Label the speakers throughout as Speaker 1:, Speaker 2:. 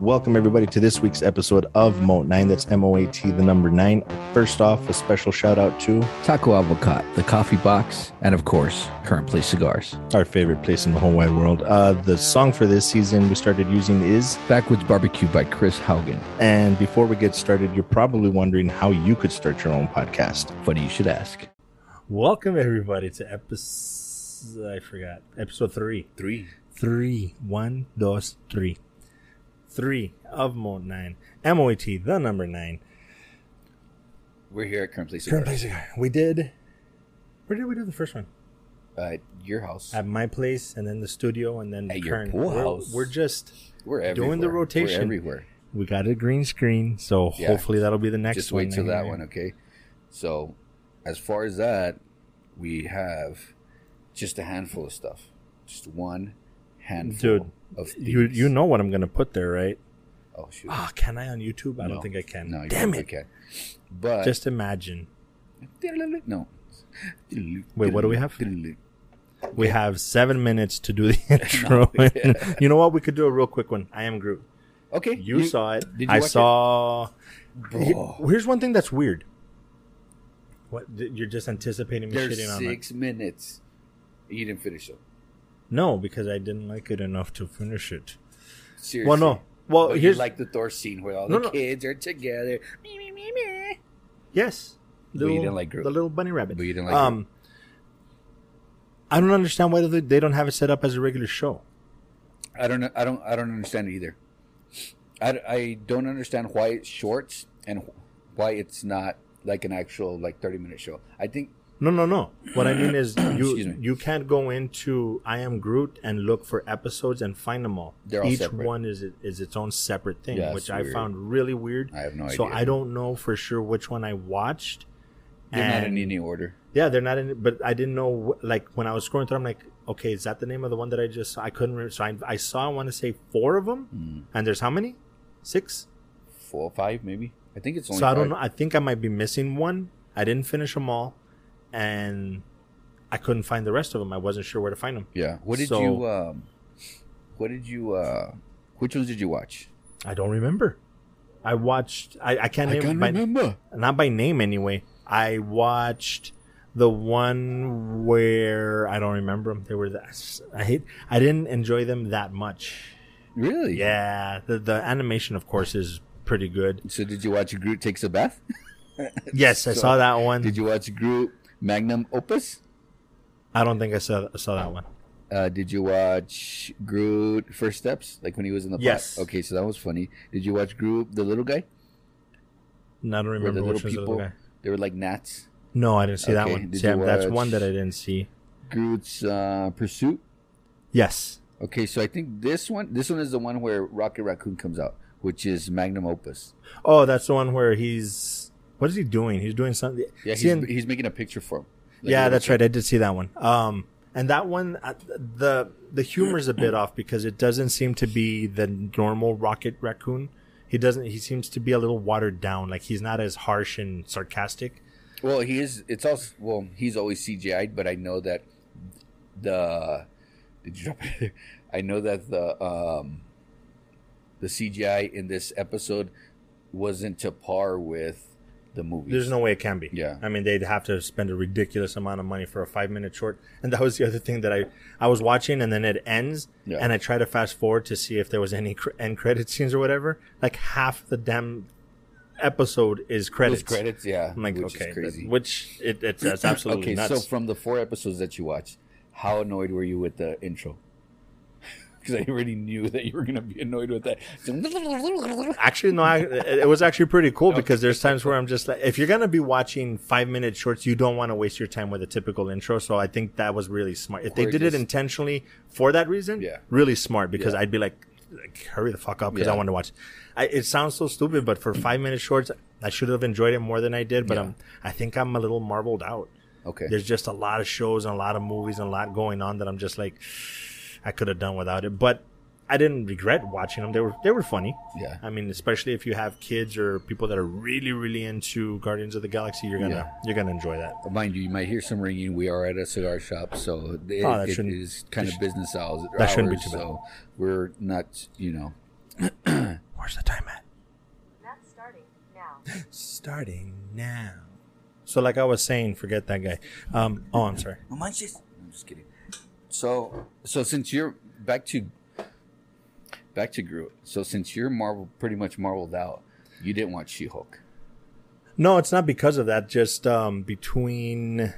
Speaker 1: Welcome, everybody, to this week's episode of Moat 9. That's M O A T, the number nine. First off, a special shout out to
Speaker 2: Taco Avocat, the coffee box, and of course, Current Place Cigars.
Speaker 1: our favorite place in the whole wide world. Uh, the song for this season we started using is
Speaker 2: Backwoods Barbecue by Chris Haugen.
Speaker 1: And before we get started, you're probably wondering how you could start your own podcast.
Speaker 2: Funny you should ask.
Speaker 3: Welcome everybody to episode I forgot episode three.
Speaker 4: Three.
Speaker 3: Three. One, dos, three. Three of Moat Nine. M O A T the number nine.
Speaker 4: We're here at Current Place.
Speaker 3: Current place
Speaker 4: Current
Speaker 3: cigar. We did where did we do the first one?
Speaker 4: Uh, your house.
Speaker 3: At my place and then the studio and then the
Speaker 4: At your
Speaker 3: current
Speaker 4: pool
Speaker 3: we're,
Speaker 4: house.
Speaker 3: we're just
Speaker 4: We're everywhere.
Speaker 3: doing the rotation.
Speaker 4: We're everywhere.
Speaker 3: we got a green screen, so
Speaker 4: Yeah.
Speaker 3: hopefully that'll be the next
Speaker 4: Just
Speaker 3: one.
Speaker 4: wait till that
Speaker 3: anyway.
Speaker 4: one, okay? So, as far as that, we have just a handful of stuff. Just one handful
Speaker 3: Dude,
Speaker 4: of
Speaker 3: You
Speaker 4: things.
Speaker 3: you know what I'm gonna put there, right?
Speaker 4: Oh shoot!
Speaker 3: Ah, can I on YouTube? I
Speaker 4: No.
Speaker 3: don't think I can.
Speaker 4: No, you
Speaker 3: Damn
Speaker 4: don't
Speaker 3: it.
Speaker 4: think I- But
Speaker 3: Just imagine.
Speaker 4: no.
Speaker 3: Wait, what do we have? We have seven minutes to do the intro.
Speaker 4: No.
Speaker 3: you know what? We could do a real quick one. I am Groot.
Speaker 4: Okay,
Speaker 3: You, saw it.
Speaker 4: did you
Speaker 3: I
Speaker 4: watch it? Oh.
Speaker 3: saw. Oh, He-
Speaker 4: Bro,
Speaker 3: Here's one thing that's weird. What th- you're just anticipating me
Speaker 4: there's
Speaker 3: shitting on it?
Speaker 4: six minutes. You didn't finish it.
Speaker 3: No, because I didn't like it enough to finish it.
Speaker 4: Seriously.
Speaker 3: Well, no. Well,
Speaker 4: But
Speaker 3: here's
Speaker 4: you like the Thor scene where all
Speaker 3: No,
Speaker 4: the
Speaker 3: no.
Speaker 4: kids are together. Me, me, me, me.
Speaker 3: yes.
Speaker 4: But you didn't like Groot.
Speaker 3: the little bunny rabbit.
Speaker 4: But you didn't like
Speaker 3: um. I don't understand why they- they don't have it set up as a regular show.
Speaker 4: I don't know. I don't. I don't understand it either. I, I don't understand why it's shorts and wh- why it's not like an actual like thirty minute show. I think
Speaker 3: No, no, no. What I mean is
Speaker 4: Excuse
Speaker 3: you
Speaker 4: me.
Speaker 3: you can't go into I am Groot and look for episodes and find them all.
Speaker 4: They're all
Speaker 3: Each
Speaker 4: separate.
Speaker 3: one is is its own separate thing,
Speaker 4: Yeah,
Speaker 3: which
Speaker 4: it's
Speaker 3: I
Speaker 4: weird.
Speaker 3: found really weird.
Speaker 4: I have no
Speaker 3: so
Speaker 4: idea.
Speaker 3: I don't know for sure which one I watched.
Speaker 4: they're not in
Speaker 3: And-
Speaker 4: any order.
Speaker 3: Yeah, they're not in. But I didn't know. wh- Like when I was scrolling through, I'm like, okay, is that the name of the one that I just? Saw? I couldn't remember. So I, I saw. I want to say four of them.
Speaker 4: Mm,
Speaker 3: And there's how many? Six.
Speaker 4: four or five, maybe. I think it's only.
Speaker 3: So I don't know.
Speaker 4: five.
Speaker 3: I think I might be missing one. I didn't finish them all, and I couldn't find the rest of them. I wasn't sure where to find them.
Speaker 4: Yeah. What did
Speaker 3: So-
Speaker 4: you? Um, what did you? Uh, which ones did you watch?
Speaker 3: I don't remember. I watched. I, I can't name by,
Speaker 4: remember.
Speaker 3: not by name anyway. I watched the one where I don't remember them. They were that I hate. I didn't enjoy them that much.
Speaker 4: Really?
Speaker 3: Yeah, the the animation, of course, is pretty good.
Speaker 4: So did you watch Groot takes a bath?
Speaker 3: Yes, I
Speaker 4: So,
Speaker 3: saw that one.
Speaker 4: Did you watch Groot Magnum Opus?
Speaker 3: I don't think I saw saw that one.
Speaker 4: Uh, did you watch Groot First Steps? Like when he was in the pot?
Speaker 3: Yes.
Speaker 4: Okay, so that was funny. Did you watch Groot the little guy?
Speaker 3: No, I don't
Speaker 4: Where
Speaker 3: remember
Speaker 4: the
Speaker 3: which one's
Speaker 4: little
Speaker 3: the other
Speaker 4: people
Speaker 3: guy.
Speaker 4: they were like gnats.
Speaker 3: No, I didn't see that
Speaker 4: Okay,
Speaker 3: one.
Speaker 4: did
Speaker 3: See,
Speaker 4: you
Speaker 3: that's
Speaker 4: watch-
Speaker 3: one that I didn't see.
Speaker 4: Groot's uh, pursuit.
Speaker 3: Yes.
Speaker 4: Okay, so I think this one this one is the one where Rocket Raccoon comes out, which is Magnum Opus.
Speaker 3: Oh, that's the one where he's. What is he doing? He's doing something.
Speaker 4: Yeah, he's,
Speaker 3: Seeing-
Speaker 4: he's making a picture for him. Like,
Speaker 3: yeah,
Speaker 4: little-
Speaker 3: that's right. I did see that one. Um, and that one, uh, the the humor's a bit off because it doesn't seem to be the normal Rocket Raccoon. He doesn't. He seems to be a little watered down. Like he's not as harsh and sarcastic.
Speaker 4: Well, he is. It's also well, he's always CGI'd, but I know that the did you drop it? I know that the um the CGI in this episode wasn't to par with the movie.
Speaker 3: There's no way it can be.
Speaker 4: Yeah.
Speaker 3: I mean, they'd have to spend a ridiculous amount of money for a five minute short. And that was the other thing that I, I was watching and then it ends.
Speaker 4: Yeah.
Speaker 3: And I try to fast forward to see if there was any cr- end credit scenes or whatever. Like half the damn episode is
Speaker 4: Those
Speaker 3: credits.
Speaker 4: credits. Yeah,
Speaker 3: I'm like,
Speaker 4: which
Speaker 3: okay.
Speaker 4: is crazy.
Speaker 3: that- which it, it's, that's absolutely
Speaker 4: okay,
Speaker 3: nuts.
Speaker 4: so from the four episodes that you watched, how annoyed were you with the intro? Because I already knew that you were gonna be annoyed with that.
Speaker 3: actually, no, I, it was actually pretty cool because there's times where I'm just like, if you're going to be watching five minute shorts, you don't want to waste your time with a typical intro. So I think that was really smart. If they
Speaker 4: Or
Speaker 3: did it
Speaker 4: just-
Speaker 3: intentionally for that reason,
Speaker 4: Yeah.
Speaker 3: really smart because
Speaker 4: Yeah.
Speaker 3: I'd be like, like, hurry the fuck up because I
Speaker 4: Yeah.
Speaker 3: want to watch. I, it sounds so stupid, but for five minute shorts, I should have enjoyed it more than I did. But
Speaker 4: Yeah.
Speaker 3: I'm, I think I'm a little marveled out.
Speaker 4: okay,
Speaker 3: There's just a lot of shows and a lot of movies and a lot going on that I'm just like, I could have done without it. But I didn't regret watching them. They were they were funny.
Speaker 4: yeah,
Speaker 3: I mean, especially if you have kids or people that are really, really into Guardians of the Galaxy, you're gonna you're gonna enjoy that.
Speaker 4: Mind you, you might hear some ringing. We are at a cigar shop, so it,
Speaker 3: Oh, that
Speaker 4: it
Speaker 3: shouldn't-
Speaker 4: is kind of business hours.
Speaker 3: that shouldn't be
Speaker 4: hours,
Speaker 3: too bad.
Speaker 4: So we're not, you know,
Speaker 3: We're Where's the time at?
Speaker 5: Map starting now.
Speaker 3: Starting now. So, like I was saying, forget that guy. Um, oh, I'm sorry.
Speaker 4: No manches. I'm just kidding. So, so since you're back to back to Groot. So since you're Marvel, pretty much marveled out, you didn't watch She-Hulk.
Speaker 3: No, it's not because of that. Just um, between,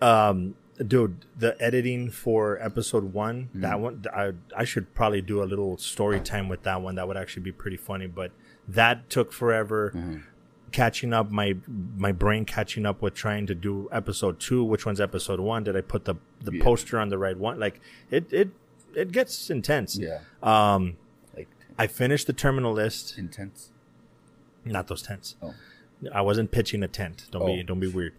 Speaker 3: um, dude, the editing for episode one.
Speaker 4: Mm.
Speaker 3: That one, I I should probably do a little story time with that one. That would actually be pretty funny. But that took forever.
Speaker 4: Mm-hmm.
Speaker 3: Catching up my my brain catching up with trying to do episode two. Which one's episode one? Did I put the the
Speaker 4: Yeah.
Speaker 3: poster on the right one? Like it it it gets intense.
Speaker 4: Yeah,
Speaker 3: Um,
Speaker 4: like
Speaker 3: I finished the terminal list.
Speaker 4: intense.
Speaker 3: Not those tents.
Speaker 4: Oh.
Speaker 3: I wasn't pitching a tent. Don't be
Speaker 4: Oh.
Speaker 3: don't be weird.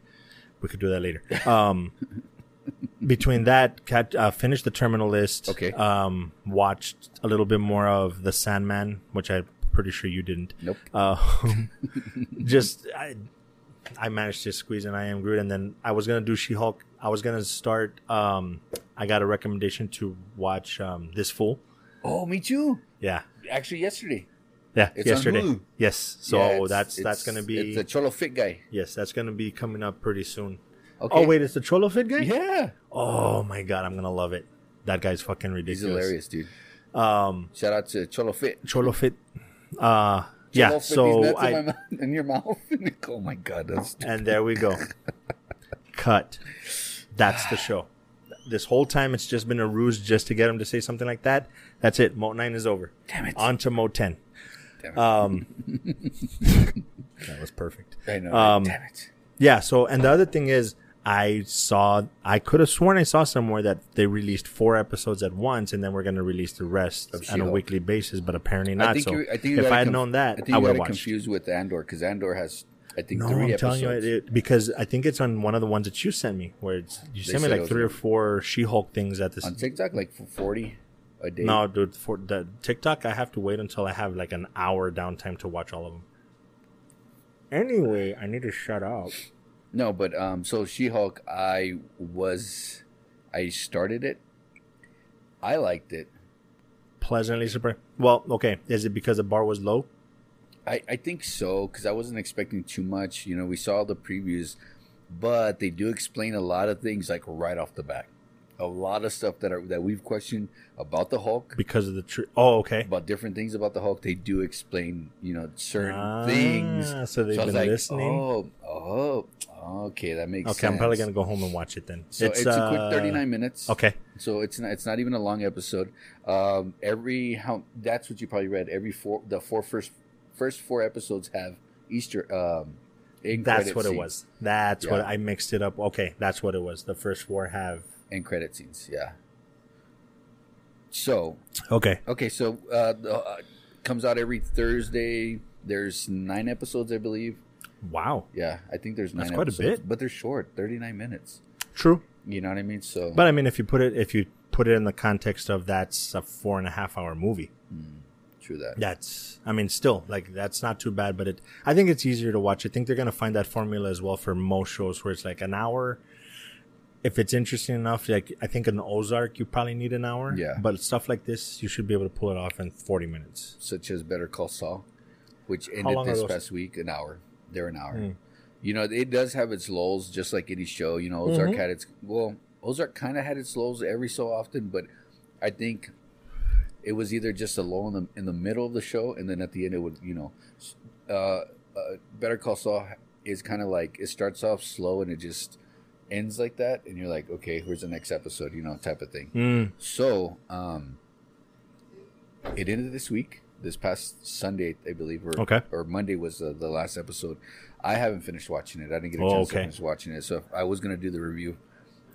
Speaker 3: We could do that later. Um, between that, cat uh, finished the terminal list.
Speaker 4: Okay.
Speaker 3: Um, watched a little bit more of the Sandman, which I'm pretty sure you didn't.
Speaker 4: Nope.
Speaker 3: Uh, just I, I managed to squeeze in I am Groot, and then I was gonna do She Hulk. I was gonna start. Um, I got a recommendation to watch um, this fool.
Speaker 4: Oh, me too.
Speaker 3: Yeah,
Speaker 4: Actually, yesterday.
Speaker 3: yeah.
Speaker 4: It's on
Speaker 3: yesterday.
Speaker 4: Hulu.
Speaker 3: Yes. So
Speaker 4: Yeah, it's-
Speaker 3: that's that's
Speaker 4: it's-
Speaker 3: gonna be
Speaker 4: it's the Cholo Fit guy.
Speaker 3: Yes, that's gonna be coming up pretty soon.
Speaker 4: Okay.
Speaker 3: Oh wait, it's the Cholo Fit guy.
Speaker 4: Yeah,
Speaker 3: Oh my god, I'm gonna love it. That guy's fucking ridiculous.
Speaker 4: he's hilarious, dude.
Speaker 3: Um,
Speaker 4: Shout out to Cholo Fit.
Speaker 3: Cholo Fit. Uh, yeah.
Speaker 4: Cholo Fit, these
Speaker 3: So
Speaker 4: nuts in, my
Speaker 3: I Uh,
Speaker 4: mouth, in your mouth. oh my god, that's
Speaker 3: and there we go. Cut. That's the show. This whole time, it's just been a ruse just to get him to say something like that. That's it. Moat nine is over.
Speaker 4: Damn it.
Speaker 3: On to Moat ten.
Speaker 4: Damn it.
Speaker 3: Um, that was perfect.
Speaker 4: I know.
Speaker 3: um,
Speaker 4: damn it.
Speaker 3: Yeah. So, and the other thing is, I saw, I could have sworn I saw somewhere that they released four episodes at once, and then we're going to release the rest on a
Speaker 4: She-Hulk.
Speaker 3: weekly basis. But apparently not.
Speaker 4: I think
Speaker 3: so,
Speaker 4: you, I think you
Speaker 3: if
Speaker 4: gotta
Speaker 3: I had
Speaker 4: conf-
Speaker 3: known that,
Speaker 4: I,
Speaker 3: I,
Speaker 4: think you
Speaker 3: would
Speaker 4: got
Speaker 3: have
Speaker 4: it
Speaker 3: watched.
Speaker 4: confused with Andor because Andor has, I think,
Speaker 3: No,
Speaker 4: 3
Speaker 3: I'm telling
Speaker 4: episodes.
Speaker 3: you, it, it- because I think it's on one of the ones that you sent me, where it's, you
Speaker 4: They
Speaker 3: sent me
Speaker 4: said it
Speaker 3: like
Speaker 4: was
Speaker 3: three
Speaker 4: on-
Speaker 3: or four She-Hulk things at this.
Speaker 4: on TikTok, like for forty a day.
Speaker 3: No, dude, for the TikTok, I have to wait until I have like an hour downtime to watch all of them. Anyway, I need to shut up.
Speaker 4: No, but um, so She Hulk, I was, I started it. I liked it.
Speaker 3: Pleasantly surprised. Well, okay, is it because the bar was low?
Speaker 4: I, I think so because I wasn't expecting too much. You know, we saw the previews, but they do explain a lot of things like right off the bat. A lot of stuff that are that we've questioned about the Hulk,
Speaker 3: because of the tree. Oh, okay.
Speaker 4: about different things about the Hulk. They do explain, you know, certain things.
Speaker 3: Ah, So they've
Speaker 4: So I was
Speaker 3: been
Speaker 4: like,
Speaker 3: listening.
Speaker 4: oh, oh, okay, that makes
Speaker 3: okay,
Speaker 4: sense.
Speaker 3: I'm probably gonna go home and watch it then.
Speaker 4: So it's, a
Speaker 3: uh,
Speaker 4: quick 39 minutes.
Speaker 3: Okay,
Speaker 4: So it's not, it's not even a long episode. Um, every how that's what you probably read. Every four the four first first four episodes have Easter. Um, end
Speaker 3: that's
Speaker 4: credit
Speaker 3: what it
Speaker 4: scenes-
Speaker 3: was. That's what
Speaker 4: Yeah.
Speaker 3: I mixed it up. Okay, that's what it was. The first four have.
Speaker 4: End credit scenes. Yeah. So
Speaker 3: Okay,
Speaker 4: okay, so uh, the, uh, comes out every Thursday. There's nine episodes, I believe.
Speaker 3: wow,
Speaker 4: Yeah, I think there's nine.
Speaker 3: That's quite a
Speaker 4: episodes,
Speaker 3: bit.
Speaker 4: but they're short, 39 minutes.
Speaker 3: true.
Speaker 4: You know what I mean? So
Speaker 3: But I mean, if you put it, if you put it in the context of that's a four and a half hour movie,
Speaker 4: true that.
Speaker 3: that's I mean, still like that's not too bad. But it, I think it's easier to watch. I think they're gonna find that formula as well for most shows where it's like an hour. If it's interesting enough, like I think in Ozark you probably need an hour.
Speaker 4: Yeah.
Speaker 3: But stuff like this, you should be able to pull it off in forty minutes.
Speaker 4: such as Better Call Saul, which
Speaker 3: long
Speaker 4: ended
Speaker 3: are
Speaker 4: this
Speaker 3: those? Mm.
Speaker 4: past week. An hour. They're an hour. You know, it does have its lulls, just like any show. You know, Ozark
Speaker 3: Mm-hmm.
Speaker 4: had its well, Ozark kind of had its lulls every so often, but I think it was either just a lull in the in the middle of the show, and then at the end it would, you know, s- uh, uh, Better Call Saul is kind of like it starts off slow and it just ends like that, and you're like, okay, where's the next episode? You know, type of thing.
Speaker 3: Mm.
Speaker 4: So, um, it ended this week, this past Sunday, I believe, or
Speaker 3: Okay.
Speaker 4: or Monday was the, the last episode. I haven't finished watching it. I didn't get a
Speaker 3: Oh,
Speaker 4: chance
Speaker 3: okay.
Speaker 4: to finish watching it. So I was gonna do the review,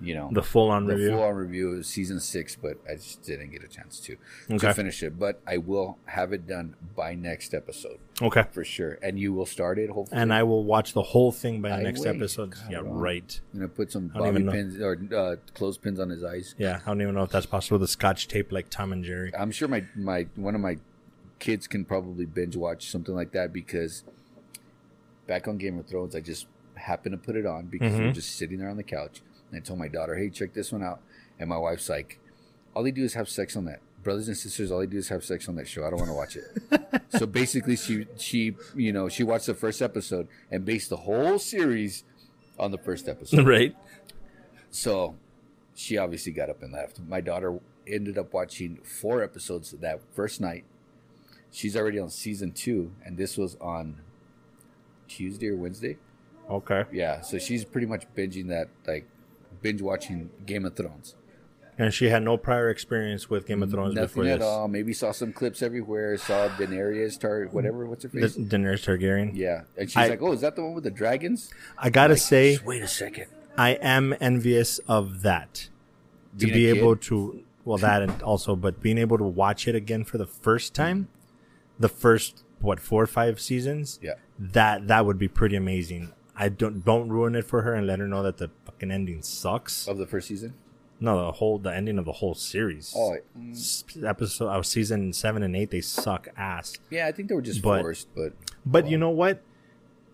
Speaker 4: you know,
Speaker 3: The full on
Speaker 4: the
Speaker 3: review.
Speaker 4: full-on review of season six, but I just didn't get a chance to
Speaker 3: Okay.
Speaker 4: to finish it. But I will have it done by next episode
Speaker 3: okay.
Speaker 4: for sure, and you will start it hopefully.
Speaker 3: And I will watch the whole thing by the
Speaker 4: I
Speaker 3: next
Speaker 4: wait.
Speaker 3: episode. yeah,
Speaker 4: Come on.
Speaker 3: right.
Speaker 4: I'm gonna put some
Speaker 3: I don't
Speaker 4: bobby
Speaker 3: even
Speaker 4: pins or uh, clothespins on his eyes.
Speaker 3: Yeah, I don't even know if that's possible. The Scotch tape, like Tom and Jerry.
Speaker 4: I'm sure my my one of my kids can probably binge watch something like that because back on Game of Thrones, I just happened to put it on because
Speaker 3: Mm-hmm.
Speaker 4: we were just sitting there on the couch, and I told my daughter, "Hey, check this one out," and my wife's like, "All they do is have sex on that." brothers and sisters. All they do is have sex on that show. I don't want to watch it. so basically, she she you know she watched the first episode and based the whole series on the first episode.
Speaker 3: right?
Speaker 4: So she obviously got up and left. My daughter ended up watching four episodes that first night. She's already on season two, and this was on Tuesday or Wednesday.
Speaker 3: Okay.
Speaker 4: Yeah, so she's pretty much binging that, like binge watching Game of Thrones.
Speaker 3: And she had no prior experience with Game of Thrones
Speaker 4: Mm, Nothing
Speaker 3: before
Speaker 4: at
Speaker 3: this.
Speaker 4: all. Maybe saw some clips everywhere. Saw Daenerys, Tar, whatever. What's her
Speaker 3: The,
Speaker 4: face?
Speaker 3: Daenerys Targaryen.
Speaker 4: yeah, and she's
Speaker 3: I-
Speaker 4: like, "Oh, is that the one with the dragons?"
Speaker 3: I gotta say,
Speaker 4: Just wait a second.
Speaker 3: I am envious of that. To
Speaker 4: Being a
Speaker 3: be
Speaker 4: kid?
Speaker 3: able to, well, that and also, but being able to watch it again for the first time, the first what four or five seasons,
Speaker 4: Yeah.
Speaker 3: that that would be pretty amazing. I don't don't ruin it for her and let her know that the fucking ending sucks.
Speaker 4: Of the first season.
Speaker 3: No, the whole the ending of the whole series.
Speaker 4: Oh, mm,
Speaker 3: S- episode uh, season seven and eight they suck ass.
Speaker 4: yeah. I think they were just
Speaker 3: But-
Speaker 4: forced, but
Speaker 3: But you
Speaker 4: Wow.
Speaker 3: know what?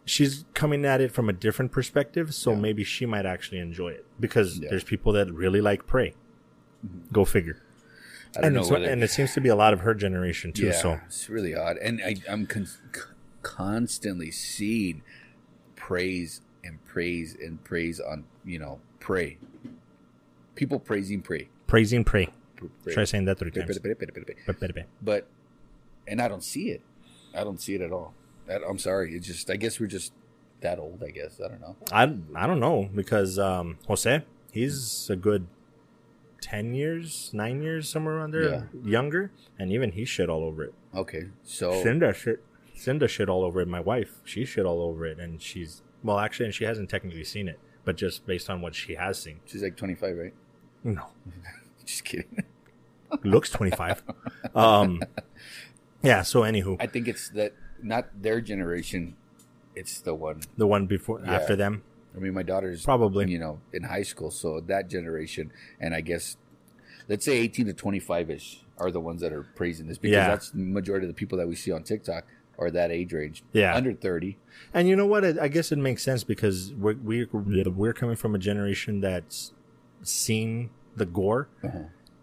Speaker 3: She's coming at it from a different perspective, so
Speaker 4: Yeah.
Speaker 3: maybe she might actually enjoy it because
Speaker 4: Yeah. Mm-hmm.
Speaker 3: there's people that really like Prey. Go figure.
Speaker 4: I don't
Speaker 3: And,
Speaker 4: know.
Speaker 3: it's-
Speaker 4: whether-
Speaker 3: and it seems to be a lot of her generation too. So
Speaker 4: it's really odd, and I, I'm con- c- constantly seeing praise and praise and praise on you know pray. People praising pray.
Speaker 3: praising Prey.
Speaker 4: Pr- pray.
Speaker 3: Try saying that three
Speaker 4: Pray,
Speaker 3: times.
Speaker 4: pray, pray, pray, pray.
Speaker 3: Prey, prey, prey.
Speaker 4: but and I don't see it. I don't see it at all. I, I'm sorry. It's just I guess we're just that old. I guess I don't know.
Speaker 3: I I don't know because um, Jose he's a good ten years, nine years somewhere around there, younger, and even he shit all over it.
Speaker 4: Okay, so
Speaker 3: Cinda shit, Cinda shit all over it. My wife, she shit all over it, and she's well, actually, and she hasn't technically seen it, but just based on what she has seen,
Speaker 4: she's like 25, right?
Speaker 3: no,
Speaker 4: Just kidding.
Speaker 3: looks twenty five. um, yeah. So, anywho,
Speaker 4: I think it's that not their generation. It's the one.
Speaker 3: the one before
Speaker 4: Yeah.
Speaker 3: after them,
Speaker 4: I mean, my daughter's
Speaker 3: probably.
Speaker 4: you know, in high school. So that generation, and I guess, let's say 18 to 25 ish are the ones that are praising this because
Speaker 3: Yeah.
Speaker 4: that's the majority of the people that we see on TikTok are that age range.
Speaker 3: Yeah.
Speaker 4: Under 30.
Speaker 3: And you know what? I I guess it makes sense because we're we're, we're coming from a generation that's seen the gore,
Speaker 4: Uh-huh.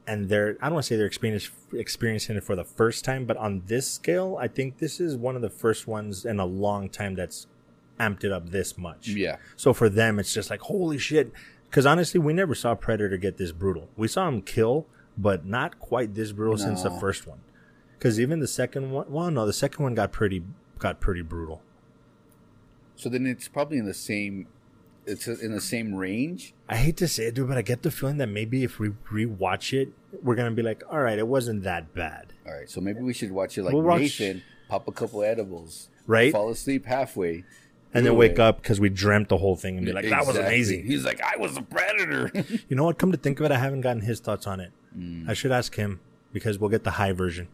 Speaker 3: and they're I don't want to say they're experience, experiencing it for the first time, but on this scale, I think this is one of the first ones in a long time that's amped it up this much.
Speaker 4: Yeah.
Speaker 3: So for them, it's just like holy shit. Because honestly, we never saw Predator get this brutal. We saw him kill, but not quite this brutal since the
Speaker 4: No.
Speaker 3: first one. Because even the second one, well, no, the second one got pretty got pretty brutal.
Speaker 4: So then it's probably in the same, it's in the same range.
Speaker 3: I hate to say it, dude, but I get the feeling that maybe if we rewatch it, we're gonna be like, all right, it wasn't that bad,
Speaker 4: All right. So maybe we should watch it like
Speaker 3: We'll watch-
Speaker 4: Nathan, pop a couple edibles,
Speaker 3: right?
Speaker 4: fall asleep halfway.
Speaker 3: and then
Speaker 4: do
Speaker 3: wake
Speaker 4: it.
Speaker 3: up because we dreamt the whole thing and be like, that was
Speaker 4: Exactly.
Speaker 3: amazing.
Speaker 4: He's like, I was a predator.
Speaker 3: You know what? Come to think of it, I haven't gotten his thoughts on it.
Speaker 4: Mm.
Speaker 3: I should ask him because we'll get the high version.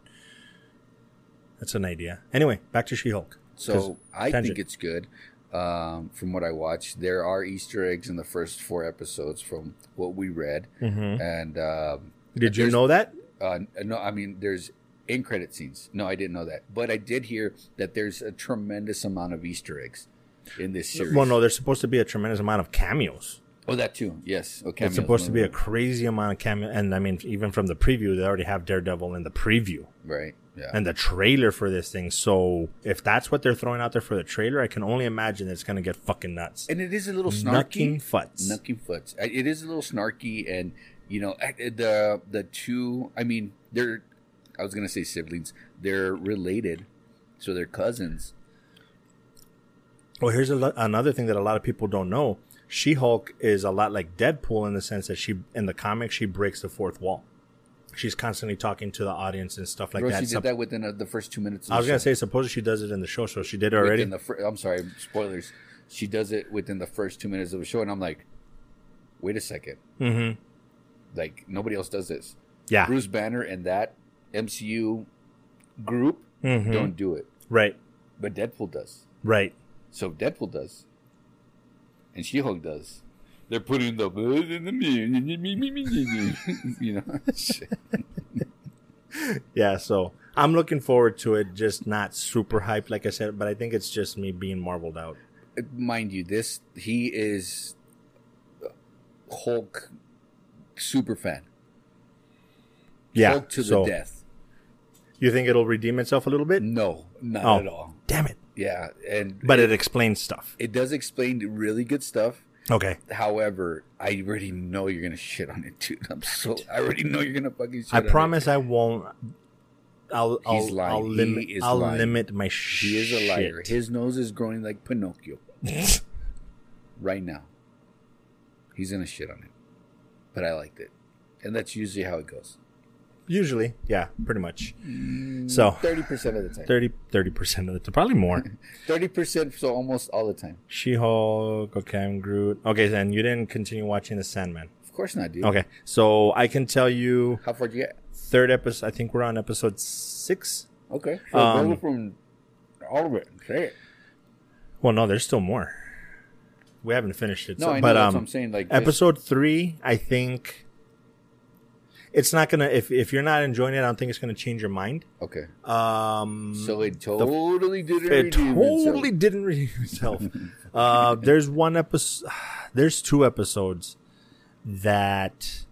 Speaker 3: That's an idea. Anyway, back to She-Hulk. 'Cause-
Speaker 4: So I
Speaker 3: tangent.
Speaker 4: think it's good. Um, from what I watched, there are Easter eggs in the first four episodes from what we read, and um,
Speaker 3: Mm-hmm. Did you
Speaker 4: there's-
Speaker 3: know that?
Speaker 4: uh, no, I mean there's in credit scenes. No, I didn't know that, but I did hear that there's a tremendous amount of Easter eggs in this series.
Speaker 3: Well, no, there's supposed to be a tremendous amount of cameos.
Speaker 4: oh, that too. Yes, okay.
Speaker 3: It's supposed to be a crazy amount of cameo, and I mean, even from the preview, they already have Daredevil in the preview.
Speaker 4: right. Yeah,
Speaker 3: and the trailer for this thing. So if that's what they're throwing out there for the trailer, I can only imagine it's gonna get fucking nuts.
Speaker 4: and it is a little
Speaker 3: Nucking
Speaker 4: snarky.
Speaker 3: futs.
Speaker 4: Nucky Foots. I- It is a little snarky, and you know I- the the two. I mean, they're. I was gonna say siblings. They're related, so they're cousins.
Speaker 3: Well, Oh, here's a lo- another thing that a lot of people don't know: She Hulk is a lot like Deadpool in the sense that she, in the comics, she breaks the fourth wall. She's constantly talking to the audience and stuff like
Speaker 4: Bro,
Speaker 3: that.
Speaker 4: she did
Speaker 3: Sup-
Speaker 4: that within uh the first two minutes. Of the
Speaker 3: I was gonna
Speaker 4: show.
Speaker 3: say, suppose she does it in the show, so she did
Speaker 4: Within
Speaker 3: already.
Speaker 4: The fir- I'm sorry, spoilers. She does it within the first two minutes of a show, and I'm like, wait a second.
Speaker 3: mm-hmm.
Speaker 4: Like nobody else does this.
Speaker 3: Yeah,
Speaker 4: Bruce Banner and that MCU group
Speaker 3: Mhm.
Speaker 4: don't do it,
Speaker 3: right,
Speaker 4: but Deadpool does.
Speaker 3: right.
Speaker 4: So if Deadpool does, and She Hulk does. They're putting the blood in the you know.
Speaker 3: Yeah, so I'm looking forward to it. Just not super hyped, like I said, but I think it's just me being marveled out.
Speaker 4: Mind you, this he is Hulk super fan.
Speaker 3: Yeah,
Speaker 4: choked to
Speaker 3: so-
Speaker 4: the death.
Speaker 3: You think it'll redeem itself a little bit?
Speaker 4: No, not
Speaker 3: Oh.
Speaker 4: at all.
Speaker 3: Damn it.
Speaker 4: Yeah, and
Speaker 3: But it explains stuff.
Speaker 4: it does explain really good stuff.
Speaker 3: Okay.
Speaker 4: However, I already know you're gonna shit on it, dude. I'm so I already know you're gonna fucking shit.
Speaker 3: I
Speaker 4: on it.
Speaker 3: promise I won't. I'll I'll,
Speaker 4: He's lying.
Speaker 3: I'll
Speaker 4: He
Speaker 3: limit
Speaker 4: is
Speaker 3: I'll
Speaker 4: lying.
Speaker 3: limit my shit.
Speaker 4: He is a liar. His nose is growing like Pinocchio right now. He's gonna shit on it, but I liked it, and that's usually how it goes.
Speaker 3: Usually, yeah, pretty much.
Speaker 4: Mm.
Speaker 3: So
Speaker 4: Thirty percent of the time.
Speaker 3: 30 percent of the time, probably more.
Speaker 4: Thirty percent, so almost all the time.
Speaker 3: she Hulk. Okay, I'm Groot. Okay, then you didn't continue watching the Sandman.
Speaker 4: Of course not, dude.
Speaker 3: Okay, so I can tell you
Speaker 4: How far would you get?
Speaker 3: third episode. I think we're on episode six.
Speaker 4: Okay. So
Speaker 3: Um,
Speaker 4: go from all of it. Great.
Speaker 3: Well, no, there's still more. We haven't finished it.
Speaker 4: No,
Speaker 3: so-
Speaker 4: I know
Speaker 3: but
Speaker 4: that's
Speaker 3: um,
Speaker 4: what I'm saying. Like just-
Speaker 3: episode three i think it's not gonna if, if you're not enjoying it i don't think it's gonna change your mind
Speaker 4: Okay.
Speaker 3: um
Speaker 4: So it totally did it.
Speaker 3: it totally didn't redeem itself uh there's one episode there's two episodes that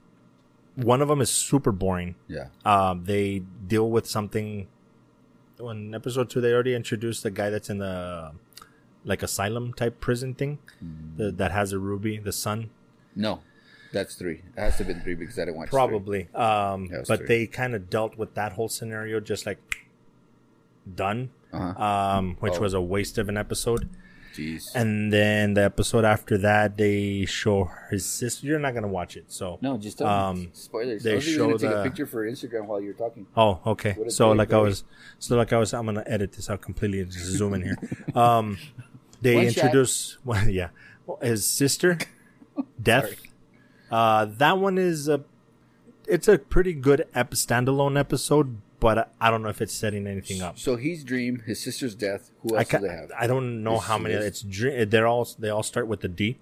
Speaker 3: one of them is super boring
Speaker 4: Yeah.
Speaker 3: um they deal with something in episode two they already introduced the guy that's in the like asylum type prison thing
Speaker 4: Hmm.
Speaker 3: the, that has a ruby the sun
Speaker 4: No, that's three. It has to have been three because I didn't watch. three.
Speaker 3: probably um
Speaker 4: Yeah, it's
Speaker 3: but
Speaker 4: three.
Speaker 3: they kind of dealt with that whole scenario just like done
Speaker 4: Uh-huh.
Speaker 3: um which
Speaker 4: Oh.
Speaker 3: was a waste of an episode
Speaker 4: Jeez.
Speaker 3: and then the episode after that they show his sister you're not gonna watch it so
Speaker 4: no, just tell me.
Speaker 3: um,
Speaker 4: Spoilers.
Speaker 3: they
Speaker 4: I was even gonna
Speaker 3: show
Speaker 4: take
Speaker 3: the-
Speaker 4: a picture for Instagram while you're talking.
Speaker 3: oh okay
Speaker 4: What a
Speaker 3: so
Speaker 4: great
Speaker 3: like i
Speaker 4: movie.
Speaker 3: was so like i was i'm gonna edit this out completely and just zoom in here um they
Speaker 4: One shot.
Speaker 3: introduce well, yeah Well, his sister death uh that one is a it's a pretty good ep- standalone episode but I, I don't know if it's setting anything up
Speaker 4: So he's dream, his sister's death. Who
Speaker 3: I,
Speaker 4: else
Speaker 3: ca-
Speaker 4: do they have?
Speaker 3: I don't know
Speaker 4: This
Speaker 3: how many.
Speaker 4: is-
Speaker 3: It's dream. They're all they all start with the D.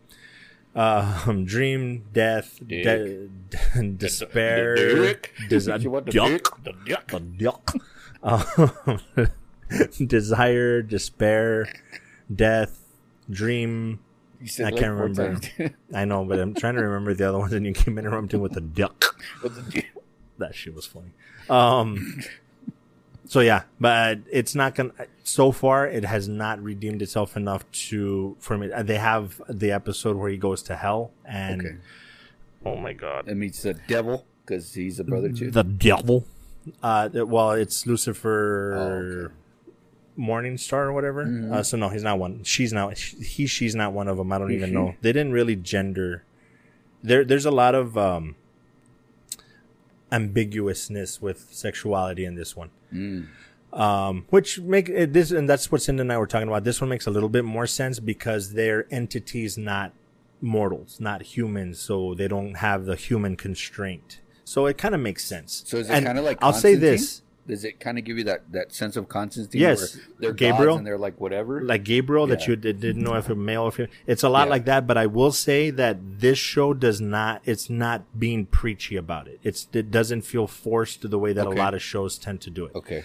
Speaker 3: Um, dream, death, de- despair,
Speaker 4: Dick.
Speaker 3: des-
Speaker 4: You want the
Speaker 3: duck,
Speaker 4: dick? The dick.
Speaker 3: the duck. Um, desire, despair, death, dream.
Speaker 4: You said
Speaker 3: I
Speaker 4: like
Speaker 3: can't
Speaker 4: four
Speaker 3: remember.
Speaker 4: times.
Speaker 3: I know, but I'm trying to remember the other ones, and you came interrupting with the duck.
Speaker 4: But the dick-
Speaker 3: That shit was funny. Um, so yeah, but it's not gonna. So far, it has not redeemed itself enough to for me. They have the episode where he goes to hell and
Speaker 4: okay.
Speaker 3: oh my god,
Speaker 4: That means the devil because he's a brother too.
Speaker 3: the devil. Uh, th- well, it's Lucifer, Morning Star or whatever. Uh, so no, he's not one. She's not sh- he. She's not one of them. I don't even know. They didn't really gender. There, there's a lot of um, ambiguousness with sexuality in this one.
Speaker 4: Mm.
Speaker 3: Um, which make it, this, and that's what Cindy and I were talking about. This one makes a little bit more sense because they're entities, not mortals, not humans, so they don't have the human constraint. So it kind of makes sense.
Speaker 4: so is it
Speaker 3: And
Speaker 4: kind of like?
Speaker 3: I'll say
Speaker 4: Constantine?
Speaker 3: this:
Speaker 4: Does it kind of give you that, that sense of Constantine?
Speaker 3: Yes.
Speaker 4: where they're
Speaker 3: Gabriel.
Speaker 4: gods and they're like whatever.
Speaker 3: like Gabriel, that
Speaker 4: Yeah.
Speaker 3: you did, didn't know if a male or female. It's a lot
Speaker 4: Yeah.
Speaker 3: like that, but I will say that this show does not. It's not being preachy about it. It's it doesn't feel forced the way that
Speaker 4: Okay.
Speaker 3: a lot of shows tend to do it.
Speaker 4: okay.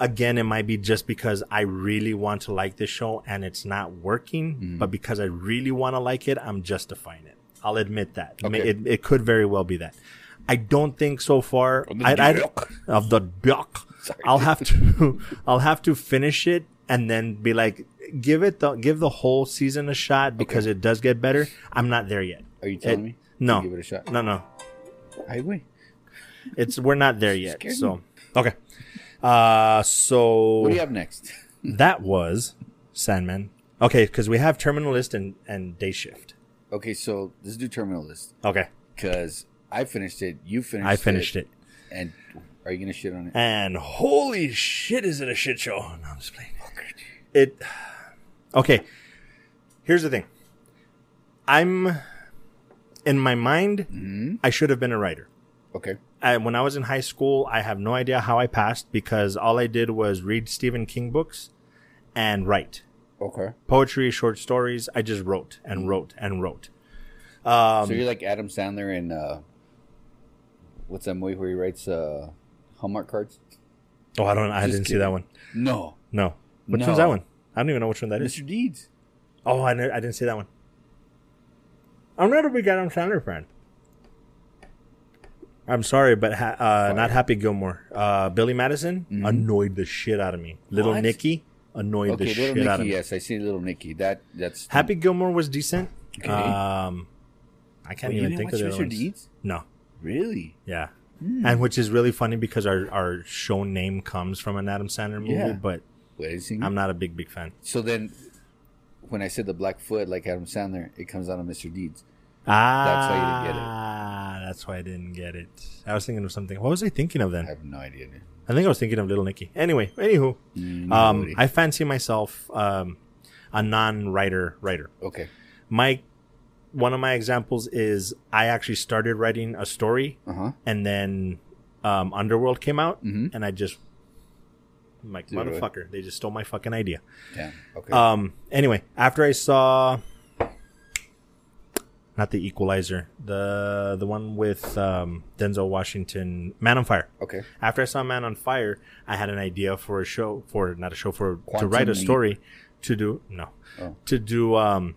Speaker 3: again it might be just because i really want to like this show and it's not working
Speaker 4: Mm-hmm.
Speaker 3: but because i really want to like it i'm justifying it i'll admit that I mean,
Speaker 4: Okay.
Speaker 3: it, it could very well be that i don't think so far
Speaker 4: Of the
Speaker 3: I, I-
Speaker 4: duck.
Speaker 3: of the duck i'll have to i'll have to finish it and then be like give it the give the whole season a shot because it does get better i'm not there yet
Speaker 4: Are you
Speaker 3: It-
Speaker 4: telling me?
Speaker 3: no
Speaker 4: Give it a shot.
Speaker 3: no no
Speaker 4: I win.
Speaker 3: it's we're not there yet
Speaker 4: Scared
Speaker 3: so okay uh so
Speaker 4: What do you have next?
Speaker 3: that was Sandman. Okay, because we have Terminal List and, and Day Shift.
Speaker 4: Okay, so let's do Terminal List
Speaker 3: Okay,
Speaker 4: because I finished it. You finished.
Speaker 3: I finished it.
Speaker 4: And are you gonna shit on it?
Speaker 3: And holy shit, is it a shit show? No, I'm just playing. It. Okay, here's the thing. I'm. In my mind, I should have been a writer.
Speaker 4: Okay.
Speaker 3: I, when I was in high school, I have no idea how I passed because all I did was read Stephen King books and write.
Speaker 4: Okay.
Speaker 3: Poetry, short stories, I just wrote and wrote and wrote. Um,
Speaker 4: so you're like Adam Sandler and uh, what's that movie where he writes uh, Hallmark cards?
Speaker 3: Oh, I don't. I
Speaker 4: Just
Speaker 3: didn't see
Speaker 4: kidding.
Speaker 3: that one.
Speaker 4: No,
Speaker 3: No. Which
Speaker 4: No.
Speaker 3: one's that one? I don't even know which one that is.
Speaker 4: Mr. Deeds.
Speaker 3: Oh, I, ne- I didn't see that one. I'm not a big Adam Sandler fan. I'm sorry, but ha- uh, not Happy Gilmore. Uh, Billy Madison annoyed the shit out of me. Little
Speaker 4: Mm-hmm. What?
Speaker 3: Nicky annoyed the
Speaker 4: Okay,
Speaker 3: shit
Speaker 4: Little
Speaker 3: out of
Speaker 4: Nicky.
Speaker 3: me.
Speaker 4: Yes, I see Little Nicky. That that's
Speaker 3: Happy Gilmore was decent.
Speaker 4: Okay.
Speaker 3: Um, I can't
Speaker 4: Wait, you
Speaker 3: even
Speaker 4: didn't
Speaker 3: think of
Speaker 4: watch
Speaker 3: the
Speaker 4: Hmm. Mr.
Speaker 3: other ones.
Speaker 4: Deeds?
Speaker 3: No,
Speaker 4: Really?
Speaker 3: yeah, and which is really funny because our our show name comes from an Adam Sandler movie,
Speaker 4: Yeah. Hmm.
Speaker 3: but
Speaker 4: Wait, I see.
Speaker 3: I'm not a big big fan.
Speaker 4: So then, when I said the Blackfoot, like Adam Sandler, it comes out of Mr. Deeds. how you didn't get it.
Speaker 3: Ah, that's why I didn't get it. I was thinking of something. What was I thinking of
Speaker 4: I
Speaker 3: then?
Speaker 4: have no idea. dude.
Speaker 3: I think I was thinking of Little Nicky. Anyway, anywho, um,
Speaker 4: Nobody.
Speaker 3: I fancy myself um, a non-writer writer.
Speaker 4: okay.
Speaker 3: My one of my examples is I actually started writing a story,
Speaker 4: Uh huh.
Speaker 3: and then um, Underworld came out,
Speaker 4: Mhm.
Speaker 3: and I just I'm like
Speaker 4: Zero.
Speaker 3: motherfucker, they just stole my fucking idea.
Speaker 4: Damn. Okay.
Speaker 3: Um. Anyway, after I saw not the Equalizer, the the one with um, Denzel Washington, Man on Fire.
Speaker 4: okay.
Speaker 3: After I saw Man on Fire, I had an idea for a show for not a show for
Speaker 4: Quantum
Speaker 3: to write a
Speaker 4: Leap.
Speaker 3: story to do no
Speaker 4: Oh.
Speaker 3: to do um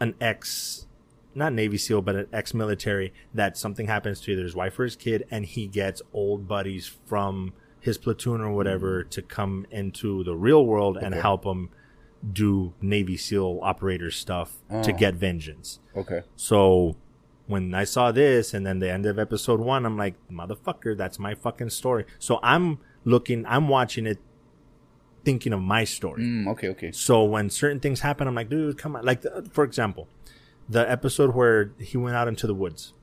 Speaker 3: an ex not Navy SEAL but an ex military that something happens to either his wife or his kid and he gets old buddies from his platoon or whatever to come into the real world and
Speaker 4: Mm. Okay.
Speaker 3: help him do Navy SEAL operator stuff to
Speaker 4: Oh.
Speaker 3: get vengeance.
Speaker 4: Okay.
Speaker 3: So when I saw this and then the end of episode one, I'm like, motherfucker, that's my fucking story. So I'm looking, I'm watching it, thinking of my story.
Speaker 4: Mm, okay. Okay.
Speaker 3: So when certain things happen, I'm like, dude, come on. Like, the, for example, the episode where he went out into the woods.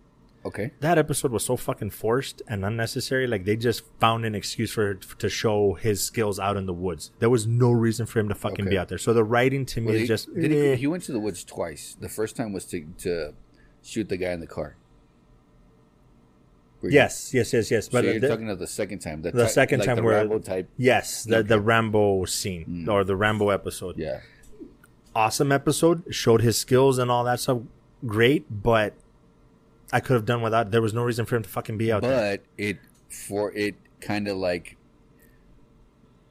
Speaker 4: Okay.
Speaker 3: That episode was so fucking forced and unnecessary. Like they just found an excuse for to show his skills out in the woods. There was no reason for him to fucking
Speaker 4: Okay.
Speaker 3: be out there. So the writing to me
Speaker 4: Well,
Speaker 3: is
Speaker 4: he,
Speaker 3: just
Speaker 4: did he,
Speaker 3: eh.
Speaker 4: he went to the woods twice. The first time was to to shoot the guy in the car. Where you-
Speaker 3: yes, yes, yes, yes.
Speaker 4: So
Speaker 3: But
Speaker 4: you're
Speaker 3: the-
Speaker 4: talking about the second time.
Speaker 3: the
Speaker 4: ti-
Speaker 3: second
Speaker 4: like
Speaker 3: time
Speaker 4: the
Speaker 3: where
Speaker 4: Rambo type.
Speaker 3: yes the, the rambo scene or the rambo episode
Speaker 4: Mm. Yeah.
Speaker 3: awesome episode showed his skills and all that stuff great but i could have done without there was no reason for him to fucking be out there
Speaker 4: but it for it kind of like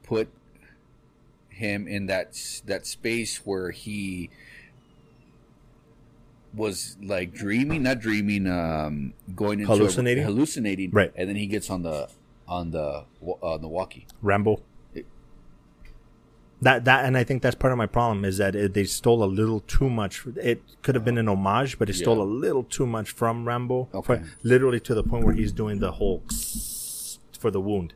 Speaker 4: put him in that s- that space where he was like dreaming not dreaming um going into a-
Speaker 3: Hallucinating?
Speaker 4: hallucinating
Speaker 3: Right.
Speaker 4: and then he gets on the on the wa- on the walkie
Speaker 3: rambo that that and i think that's part of my problem is that it, they stole a little too much it could have been an homage but it stole
Speaker 4: Yeah.
Speaker 3: a little too much from rambo
Speaker 4: Okay.
Speaker 3: for- literally to the point where he's doing the whole for the wound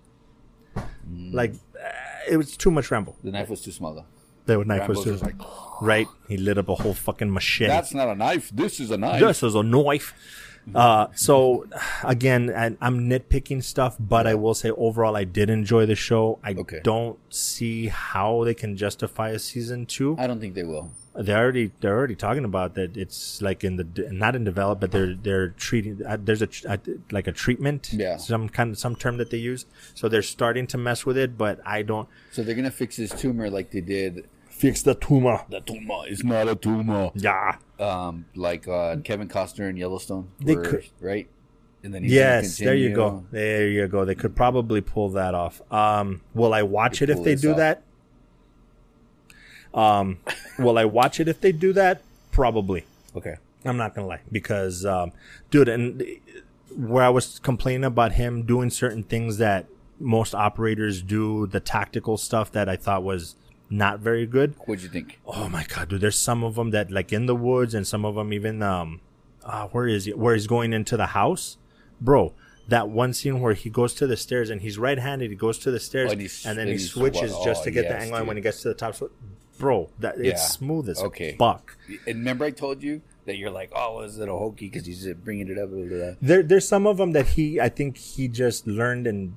Speaker 4: Mm.
Speaker 3: like uh, it was too much rambo
Speaker 4: the knife was too small though
Speaker 3: The knife
Speaker 4: Rambo's
Speaker 3: was too
Speaker 4: just like,
Speaker 3: right. He lit up a whole fucking machete.
Speaker 4: that's not a knife this is a knife
Speaker 3: this is a knife. Uh, so again, and I'm nitpicking stuff, but I will say overall, I did enjoy the show. I
Speaker 4: Okay.
Speaker 3: don't see how they can justify a season two.
Speaker 4: i don't think they will
Speaker 3: they already they're already talking about that. It's like in the de- not in develop, but they're they're treating. Uh, there's a, tr- uh like a treatment,
Speaker 4: Yeah.
Speaker 3: some kind of some term that they use. So they're starting to mess with it, but I don't
Speaker 4: so they're gonna fix his tumor like they did
Speaker 3: fix the tumor.
Speaker 4: the tumor is not a tumor
Speaker 3: Yeah.
Speaker 4: um, like uh, Kevin Costner in Yellowstone,
Speaker 3: They
Speaker 4: where-
Speaker 3: could-
Speaker 4: right? And then he's gonna
Speaker 3: Yes, there you go.
Speaker 4: continue.
Speaker 3: There you go. They could probably pull that off. Um, will I watch
Speaker 4: Could
Speaker 3: it if
Speaker 4: pull
Speaker 3: they
Speaker 4: this
Speaker 3: do
Speaker 4: off.
Speaker 3: that? Um, will I watch it if they do that? Probably.
Speaker 4: Okay,
Speaker 3: I'm not gonna lie because, um, dude, and where I was complaining about him doing certain things that most operators do, the tactical stuff that I thought was not very good.
Speaker 4: what'd you think?
Speaker 3: Oh my god, dude! There's some of them that like in the woods, and some of them even um, uh, where is he? Where he's going into the house, bro? That one scene where he goes to the stairs and he's right-handed, he goes to the stairs and,
Speaker 4: Oh, and he's-
Speaker 3: then
Speaker 4: and
Speaker 3: he
Speaker 4: he's
Speaker 3: switches
Speaker 4: swi-
Speaker 3: just to
Speaker 4: oh,
Speaker 3: get the
Speaker 4: yes,
Speaker 3: angle. And when he
Speaker 4: dude.
Speaker 3: gets to the top, swi- bro, that
Speaker 4: Yeah.
Speaker 3: it's smooth as
Speaker 4: Okay.
Speaker 3: fuck.
Speaker 4: And remember, I told you that you're like, oh, is it a hokey? Because he's uh, bringing it up. blah, blah, blah.
Speaker 3: There, there's some of them that he, I think he just learned and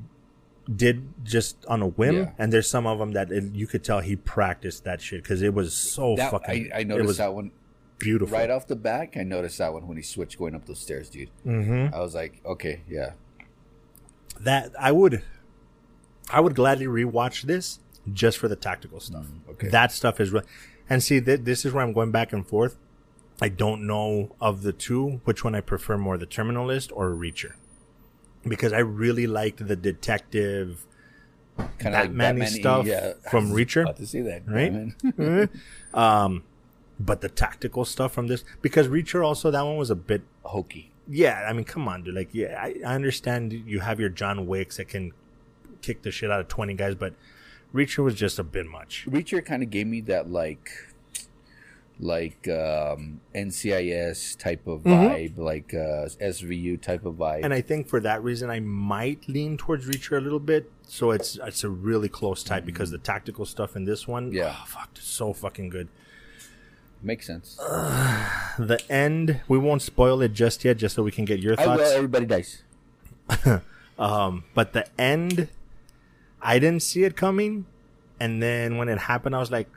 Speaker 3: did just on a whim,
Speaker 4: Yeah.
Speaker 3: and there's some of them that it, you could tell he practiced that shit because it was so
Speaker 4: That,
Speaker 3: Oh, fucking.
Speaker 4: I, I
Speaker 3: it
Speaker 4: noticed
Speaker 3: was
Speaker 4: that one
Speaker 3: beautiful.
Speaker 4: right off the back. I noticed that one when he switched going up those stairs, dude.
Speaker 3: mm-hmm.
Speaker 4: I was like, okay, yeah,
Speaker 3: that I would I would gladly rewatch this just for the tactical stuff.
Speaker 4: okay.
Speaker 3: That stuff is re- and see th- this is where I'm going back and forth. I don't know of the two which one I prefer more, the Terminalist or Reacher. Because I really liked the detective
Speaker 4: kind
Speaker 3: Batman-y stuff from Reacher?
Speaker 4: About to see that,
Speaker 3: Right?
Speaker 4: Batman.
Speaker 3: um but the tactical stuff from this because Reacher also that one was a bit
Speaker 4: hokey.
Speaker 3: yeah, I mean, come on, dude. Like, yeah, I, I understand you have your John Wicks that can kick the shit out of twenty guys, but Reacher was just a bit much.
Speaker 4: Reacher kind of gave me that like like um NCIS type of vibe, like uh SVU type of vibe.
Speaker 3: Mm-hmm. And I think for that reason, I might lean towards Reacher a little bit. So it's it's a really close tie because the tactical stuff in this one,
Speaker 4: Mm-hmm. Yeah.
Speaker 3: oh, fuck, it's so fucking good.
Speaker 4: Makes sense.
Speaker 3: Uh, The end, we won't spoil it just yet, just so we can get your
Speaker 4: I
Speaker 3: thoughts.
Speaker 4: will everybody dies.
Speaker 3: Um, but the end, I didn't see it coming, and then when it happened, I was like,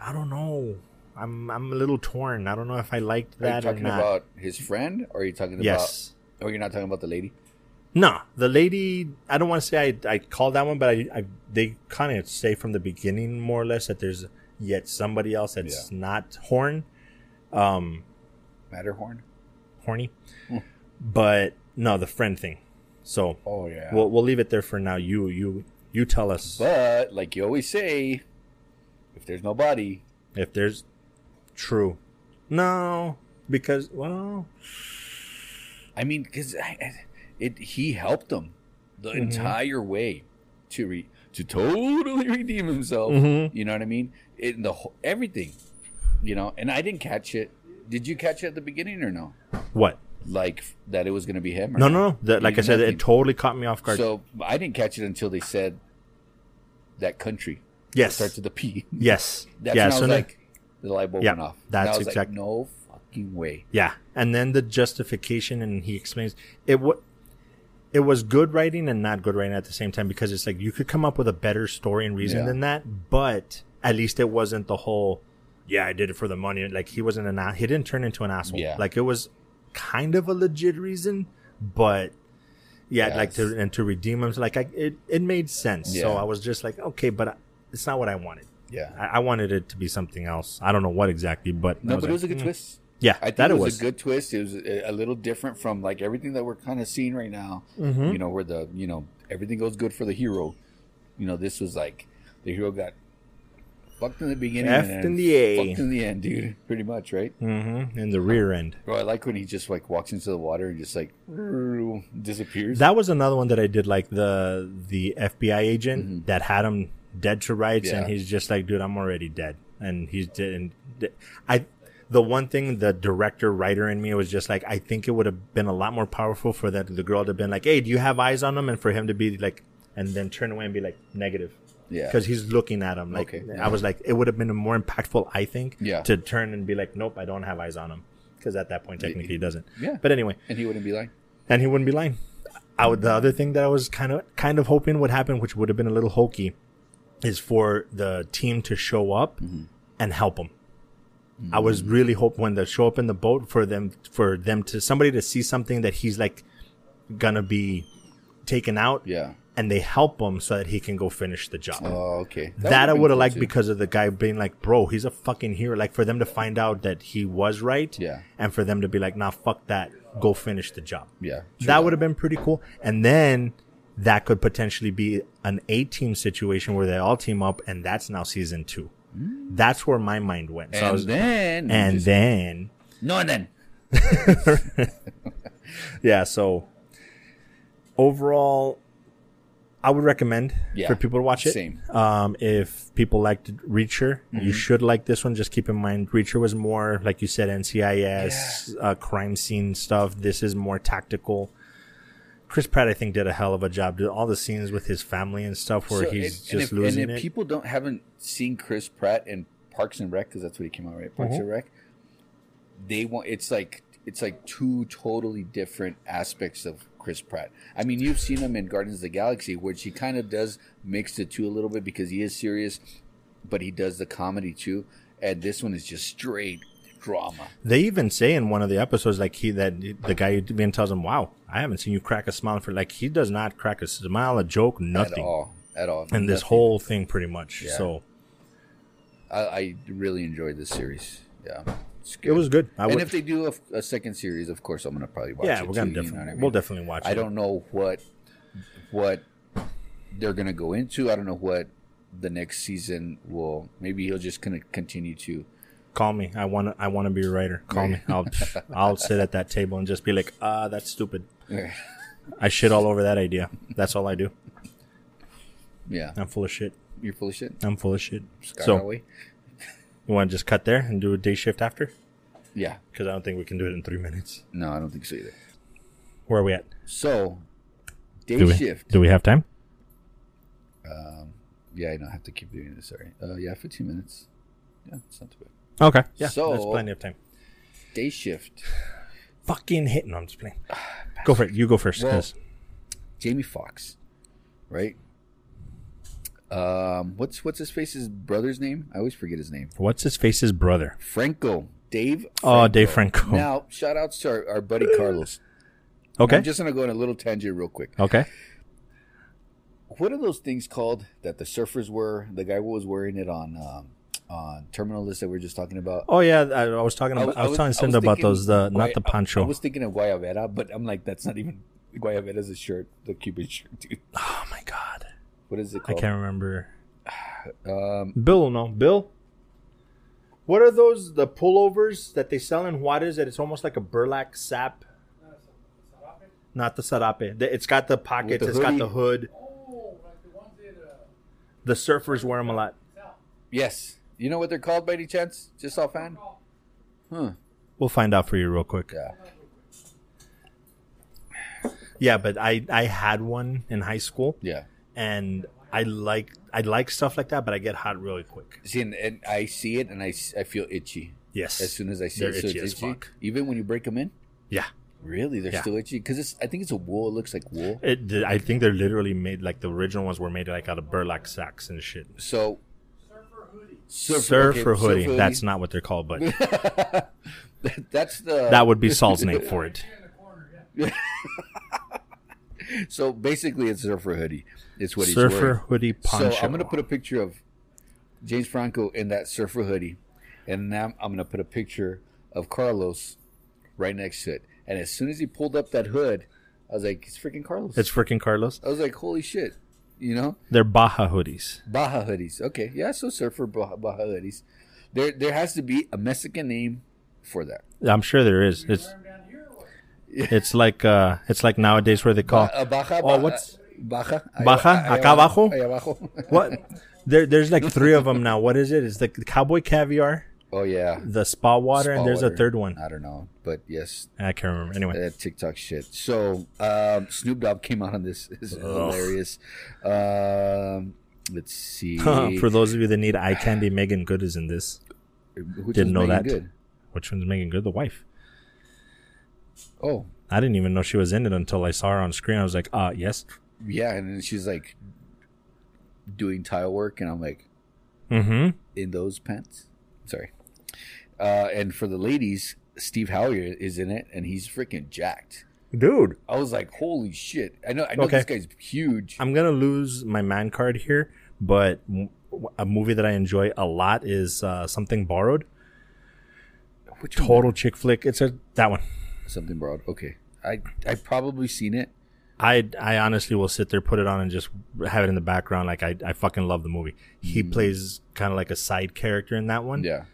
Speaker 3: I don't know. I'm I'm a little torn. I don't know if I liked
Speaker 4: Are you
Speaker 3: that or
Speaker 4: talking
Speaker 3: not.
Speaker 4: about his friend or are you talking
Speaker 3: yes.
Speaker 4: about or you're not talking about the lady?
Speaker 3: No, the lady. I don't want to say I I called that one, but I, I they kind of say from the beginning more or less that there's yet somebody else that's not Horn, um,
Speaker 4: Matterhorn?
Speaker 3: horny, but no, the friend thing. So
Speaker 4: Hmm. Oh yeah.
Speaker 3: we'll we'll leave it there for now. You you you tell us
Speaker 4: but like you always say, if there's no body,
Speaker 3: If there's true, no, because well,
Speaker 4: I mean, because it he helped him
Speaker 3: Mm-hmm.
Speaker 4: the entire way to re, to totally redeem himself.
Speaker 3: Mhm.
Speaker 4: You know what I mean? In the whole, everything, you know. And I didn't catch it. Did you catch it at the beginning or no?
Speaker 3: what?
Speaker 4: Like that it was going to be him? Or
Speaker 3: No, no, no. That,
Speaker 4: You
Speaker 3: like I
Speaker 4: did
Speaker 3: said,
Speaker 4: nothing.
Speaker 3: it totally caught me off guard.
Speaker 4: So I didn't catch it until they said that country
Speaker 3: yes,
Speaker 4: starts with a P.
Speaker 3: yes,
Speaker 4: That's
Speaker 3: yeah.
Speaker 4: when I
Speaker 3: so
Speaker 4: was
Speaker 3: no-
Speaker 4: like, the light bulb
Speaker 3: Yeah,
Speaker 4: went off.
Speaker 3: that's
Speaker 4: and I was
Speaker 3: exact-
Speaker 4: like, no fucking way.
Speaker 3: yeah, and then the justification, and he explains it. What it was good writing and not good writing at the same time because it's like you could come up with a better story and reason
Speaker 4: Yeah.
Speaker 3: than that, but at least it wasn't the whole. Yeah, I did it for the money. Like he wasn't an a- he didn't turn into an asshole.
Speaker 4: Yeah.
Speaker 3: Like it was kind of a legit reason, but yeah, like
Speaker 4: Yes.
Speaker 3: to and to redeem him. Like I, it, it made sense. So
Speaker 4: Yeah.
Speaker 3: I was just like, okay, but I, it's not what I wanted.
Speaker 4: Yeah.
Speaker 3: I, I wanted it to be something else. I don't know what exactly, but I
Speaker 4: No,
Speaker 3: was
Speaker 4: but
Speaker 3: like,
Speaker 4: it was a good
Speaker 3: mm.
Speaker 4: twist.
Speaker 3: Yeah,
Speaker 4: I think
Speaker 3: that
Speaker 4: it was, a good twist. It was a, a little different from like everything that we're kind of seeing right now.
Speaker 3: Mm-hmm.
Speaker 4: You know, where the you know everything goes good for the hero. You know, this was like the hero got fucked in the beginning,
Speaker 3: Effed
Speaker 4: and
Speaker 3: in the A.
Speaker 4: fucked in the end, dude. Pretty much, right? Mm-hmm.
Speaker 3: hmm in the rear end.
Speaker 4: Well, I like when he just like walks into the water and just like disappears.
Speaker 3: That was another one that I did like the the FBI agent that had him dead to rights, and
Speaker 4: Mm-hmm. Yeah.
Speaker 3: he's just like, dude, I'm already dead, and he's dead. And de- I, the one thing the director writer in me was just like, I think it would have been a lot more powerful for that the girl to have been like, hey, do you have eyes on him, and for him to be like, and then turn away and be like negative.
Speaker 4: yeah,
Speaker 3: Because he's looking at him, like
Speaker 4: Okay.
Speaker 3: I was like, it would have been more impactful, I think,
Speaker 4: Yeah.
Speaker 3: to turn and be like, nope, I don't have eyes on him, because at that point technically he doesn't.
Speaker 4: Yeah.
Speaker 3: But anyway,
Speaker 4: and he wouldn't be like,
Speaker 3: and he wouldn't be lying. I would, the other thing that I was kind of kind of hoping would happen, which would have been a little hokey, is for the team to show up
Speaker 4: Mm-hmm.
Speaker 3: and help him. I was really hoping when they show up in the boat for them for them to somebody to see something that he's like gonna be taken out,
Speaker 4: yeah,
Speaker 3: and they help him so that he can go finish the job.
Speaker 4: oh okay.
Speaker 3: that,
Speaker 4: would've
Speaker 3: I
Speaker 4: been
Speaker 3: would have
Speaker 4: cool,
Speaker 3: liked
Speaker 4: too.
Speaker 3: because of the guy being like, "Bro, he's a fucking hero." Like for them to find out that he was right,
Speaker 4: Yeah.
Speaker 3: and for them to be like, "Nah, fuck that, go finish the job."
Speaker 4: yeah,
Speaker 3: that would have been pretty cool. And then that could potentially be an eight team situation where they all team up, and that's now season two. That's where my mind went. So I
Speaker 4: Mm. and
Speaker 3: was,
Speaker 4: then
Speaker 3: and
Speaker 4: just-
Speaker 3: then,
Speaker 4: no, and then
Speaker 3: yeah. So overall, I would recommend
Speaker 4: Yeah,
Speaker 3: for people to watch it.
Speaker 4: same. Mm-hmm.
Speaker 3: Um, if people liked Reacher, you should like this one. Just keep in mind, Reacher was more like you said, NCIS uh, crime scene stuff. This is more tactical. Chris Pratt, I think, did a hell of a job. Did all the scenes with his family and stuff where
Speaker 4: So,
Speaker 3: he's
Speaker 4: and-
Speaker 3: just
Speaker 4: and if,
Speaker 3: losing
Speaker 4: and if
Speaker 3: it.
Speaker 4: people don't haven't seen Chris Pratt in Parks and Rec because that's what he came out right
Speaker 3: Mm-hmm.
Speaker 4: Parks and Rec. They want it's like it's like two totally different aspects of Chris Pratt. I mean, you've seen him in Guardians of the Galaxy, which he kind of does mix the two a little bit because he is serious, but he does the comedy too. And this one is just straight drama.
Speaker 3: They even say in one of the episodes, like he that the guy even tells him, "Wow, I haven't seen you crack a smile for like he does not crack a smile, a joke,
Speaker 4: At
Speaker 3: nothing."
Speaker 4: all, at all.
Speaker 3: And this
Speaker 4: Nothing.
Speaker 3: whole thing, pretty much.
Speaker 4: Yeah.
Speaker 3: So
Speaker 4: I, I really enjoyed this series. Yeah, it's
Speaker 3: it was good. I
Speaker 4: and
Speaker 3: would,
Speaker 4: if they do a, a second series, of course, I'm gonna probably watch.
Speaker 3: yeah,
Speaker 4: it
Speaker 3: we're gonna
Speaker 4: too, you
Speaker 3: definitely,
Speaker 4: know what I mean?
Speaker 3: we'll definitely watch.
Speaker 4: I
Speaker 3: it.
Speaker 4: don't know what what they're gonna go into. I don't know what the next season will. Maybe he'll just gonna continue to
Speaker 3: Call me. I want to. I want to be a writer. Call me. I'll. I'll sit at that table and just be like, ah, that's stupid. I shit all over that idea. That's all I do.
Speaker 4: yeah,
Speaker 3: I'm full of shit.
Speaker 4: you're full of shit.
Speaker 3: I'm full of shit. So
Speaker 4: Scarly.
Speaker 3: you want to just cut there and do a day shift after?
Speaker 4: yeah,
Speaker 3: Because I don't think we can do it in three minutes.
Speaker 4: no, I don't think so either.
Speaker 3: Where are we at?
Speaker 4: So, day
Speaker 3: Do we
Speaker 4: shift.
Speaker 3: do we have time?
Speaker 4: yeah, I don't have to keep doing this. Sorry. Uh, yeah, 15 minutes. Yeah, it's not too bad.
Speaker 3: Okay. Yeah.
Speaker 4: So-
Speaker 3: there's plenty of time.
Speaker 4: Day shift.
Speaker 3: Fucking hit. No, I'm just playing.
Speaker 4: Ah,
Speaker 3: Go for it. You go first.
Speaker 4: Well-
Speaker 3: 'cause-
Speaker 4: Jamie Fox, right? Um, what's what's his face's brother's name? I always forget his name.
Speaker 3: what's his face's brother?
Speaker 4: Franco. Dave.
Speaker 3: Oh, Dave Franco.
Speaker 4: Now, shout outs to our, our buddy Carlos.
Speaker 3: okay.
Speaker 4: I'm just gonna go on a little tangent real quick.
Speaker 3: okay.
Speaker 4: What are those things called that the surfers were? The guy who was wearing it on um, on terminal list that we were just talking about.
Speaker 3: Oh yeah, I, I was talking. About, I was, telling Cinda
Speaker 4: was
Speaker 3: about
Speaker 4: thinking
Speaker 3: those. The
Speaker 4: Guaya-
Speaker 3: not the
Speaker 4: I,
Speaker 3: pancho.
Speaker 4: was thinking of Guayabera, but I'm like, that's not even Guayabera's a shirt, the Cuban shirt, dude.
Speaker 3: oh my god,
Speaker 4: What is it
Speaker 3: I
Speaker 4: called?
Speaker 3: can't remember.
Speaker 4: Um,
Speaker 3: Bill, no, Bill. What are those? The pullovers that they sell in Juarez that it's almost like a burlap sap. Not the sarape. The- It's got the pockets.
Speaker 4: the
Speaker 3: it's got
Speaker 4: hoodie.
Speaker 3: the hood. The surfers wear them a lot.
Speaker 4: yes. You know what they're called by any chance? Just offhand? Huh.
Speaker 3: We'll find out for you real quick.
Speaker 4: Yeah.
Speaker 3: Yeah, but I I had one in high school
Speaker 4: Yeah.
Speaker 3: and I like I like stuff like that, but I get hot really quick.
Speaker 4: See, and, and I see it and I, s- I feel itchy
Speaker 3: Yes.
Speaker 4: as soon as I see
Speaker 3: They're
Speaker 4: it. So
Speaker 3: itchy
Speaker 4: it's
Speaker 3: as
Speaker 4: itchy.
Speaker 3: fuck.
Speaker 4: Even when you break them in?
Speaker 3: Yeah.
Speaker 4: Really? They're
Speaker 3: Yeah.
Speaker 4: still itchy? Because it's. I think it's a wool. It looks like wool.
Speaker 3: It, th- I think they're literally made like the original ones were made like out of burlap sacks and shit.
Speaker 4: So. Surfer,
Speaker 3: Surfer
Speaker 4: okay,
Speaker 3: hoodie.
Speaker 4: surfer
Speaker 3: That's not what they're called, but
Speaker 4: That's the
Speaker 3: that would be Saul's name for it.
Speaker 4: So basically, it's surfer hoodie. It's what he's
Speaker 3: Surfer
Speaker 4: wearing.
Speaker 3: hoodie poncho.
Speaker 4: So I'm gonna put a picture of James Franco in that surfer hoodie, and now I'm gonna put a picture of Carlos right next to it. And as soon as he pulled up that hood, I was like, "It's freaking Carlos!"
Speaker 3: It's freaking Carlos.
Speaker 4: I was like, "Holy shit!" You know,
Speaker 3: They're Baja hoodies.
Speaker 4: Baja hoodies. Okay, yeah, so surfer Baja, Baja hoodies. There, there has to be a Mexican name for that.
Speaker 3: I'm sure there is. It's it's like uh it's like nowadays where they call
Speaker 4: Ba- uh, a Baja.
Speaker 3: Oh,
Speaker 4: Ba-
Speaker 3: what's-
Speaker 4: Baja?
Speaker 3: Baja? Acá abajo?
Speaker 4: Ahí abajo.
Speaker 3: what there there's like three of them now. What is it? It's the cowboy caviar,
Speaker 4: Oh yeah.
Speaker 3: the spa water,
Speaker 4: Spa
Speaker 3: and there's
Speaker 4: water. Uh,
Speaker 3: a third one.
Speaker 4: I don't know, but yes,
Speaker 3: I can't remember. Anyway,
Speaker 4: that TikTok shit. So um, Snoop Dogg came out on this. This is hilarious. Um, let's see.
Speaker 3: for those of you that need eye candy, Megan Good is in this.
Speaker 4: Which
Speaker 3: didn't know
Speaker 4: one's Megan
Speaker 3: that. Which one's Megan Good? The wife.
Speaker 4: Oh
Speaker 3: I didn't even know she was in it until I saw her on screen. I was like, uh, yes.
Speaker 4: yeah, and then she's like doing tile work, and I'm like
Speaker 3: Mm-hmm.
Speaker 4: in those pants. Sorry. Uh, and for the ladies, Steve Howyer is in it, and he's freaking jacked.
Speaker 3: Dude,
Speaker 4: I was like, holy shit! I know, I know
Speaker 3: Okay.
Speaker 4: this guy's huge.
Speaker 3: I'm gonna lose my man card here, but m- a movie that I enjoy a lot is uh, Something Borrowed.
Speaker 4: Which one?
Speaker 3: Total chick flick. It's a that one.
Speaker 4: Something broad. Okay, I I probably seen it.
Speaker 3: I I honestly will sit there, put it on, and just have it in the background. Like I, I fucking love the movie. He plays kind of like a side character in that one.
Speaker 4: Yeah.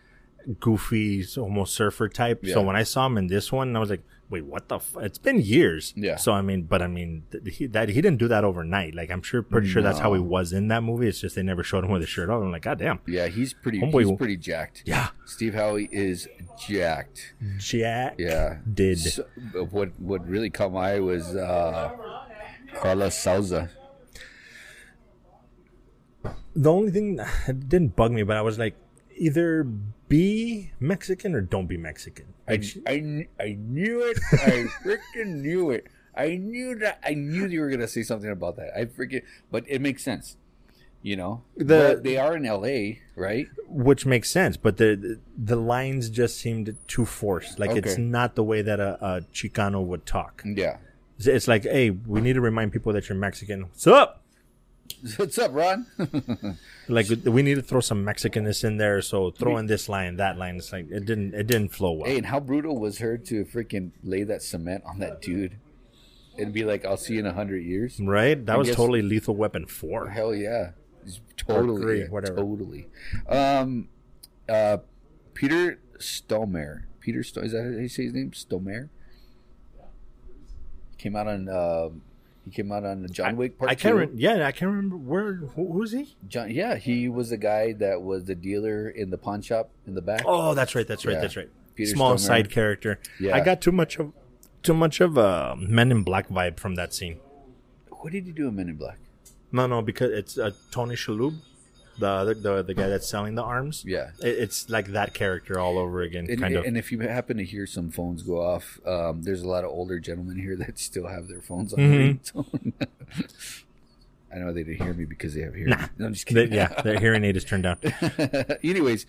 Speaker 3: goofy, almost surfer type. So
Speaker 4: Yeah.
Speaker 3: when I saw him in this one, I was like, wait, what the? F-? It's been years.
Speaker 4: Yeah.
Speaker 3: So I mean, but I mean, th- he, that he didn't do that overnight. Like I'm sure, pretty sure that's how he
Speaker 4: No.
Speaker 3: was in that movie. It's just they never showed him with his shirt on. I'm like, god damn.
Speaker 4: Yeah, he's pretty.
Speaker 3: Homeboy
Speaker 4: he's
Speaker 3: will-
Speaker 4: pretty jacked.
Speaker 3: Yeah.
Speaker 4: Steve Howie is jacked.
Speaker 3: Jack.
Speaker 4: Yeah.
Speaker 3: Did
Speaker 4: So, but what what really caught my eye was uh, Carlos Souza.
Speaker 3: the only thing it didn't bug me, but I was like, either be Mexican or don't be Mexican.
Speaker 4: I, I, kn- I knew it. I freaking knew it. I knew that. I knew you were gonna say something about that. I freaking. But it makes sense. You know,
Speaker 3: The-
Speaker 4: But they are in L.A., right?
Speaker 3: which makes sense but the the lines just seemed too forced like it's
Speaker 4: Okay.
Speaker 3: not the way that a, a chicano would talk
Speaker 4: Yeah.
Speaker 3: It's- it's like hey we need to remind people that you're mexican what's up
Speaker 4: What's up, Ron?
Speaker 3: like we need to throw some mexicanness in there so throw in this line that line it's like it didn't it didn't flow well
Speaker 4: hey, and how brutal was her to freaking lay that cement on that dude, and be like, "I'll see you in a hundred years."
Speaker 3: right that was
Speaker 4: guess-
Speaker 3: totally lethal weapon 4
Speaker 4: Hell yeah. Totally.
Speaker 3: three,
Speaker 4: yeah,
Speaker 3: whatever.
Speaker 4: Totally. Um, uh, Peter Stomer. Peter Sto- is that how you say his name? Stomer. Came out on. Uh, he came out on the John Wick Part
Speaker 3: I can't.
Speaker 4: Two.
Speaker 3: Re- yeah, I can't remember where. Who, who's he?
Speaker 4: John, yeah, he was the guy that was the dealer in the pawn shop in the back.
Speaker 3: Oh, that's right. That's right.
Speaker 4: Yeah.
Speaker 3: That's right.
Speaker 4: Peter
Speaker 3: Small
Speaker 4: Stormare.
Speaker 3: side character.
Speaker 4: Yeah.
Speaker 3: I got too much of too much of a Men in Black vibe from that scene.
Speaker 4: What did he do in Men in Black?
Speaker 3: No, no, because it's uh, Tony Shalhoub, the, other the the guy that's selling the arms.
Speaker 4: Yeah.
Speaker 3: It, it's like that character all over again,
Speaker 4: And,
Speaker 3: kind of.
Speaker 4: and if you happen to hear some phones go off, um, there's a lot of older gentlemen here that still have their phones on
Speaker 3: Mm-hmm.
Speaker 4: ringtone. I know they didn't hear me because they have hearing.
Speaker 3: Nah.
Speaker 4: No, I'm just
Speaker 3: They-
Speaker 4: kidding.
Speaker 3: yeah, their hearing aid is turned down.
Speaker 4: Anyways,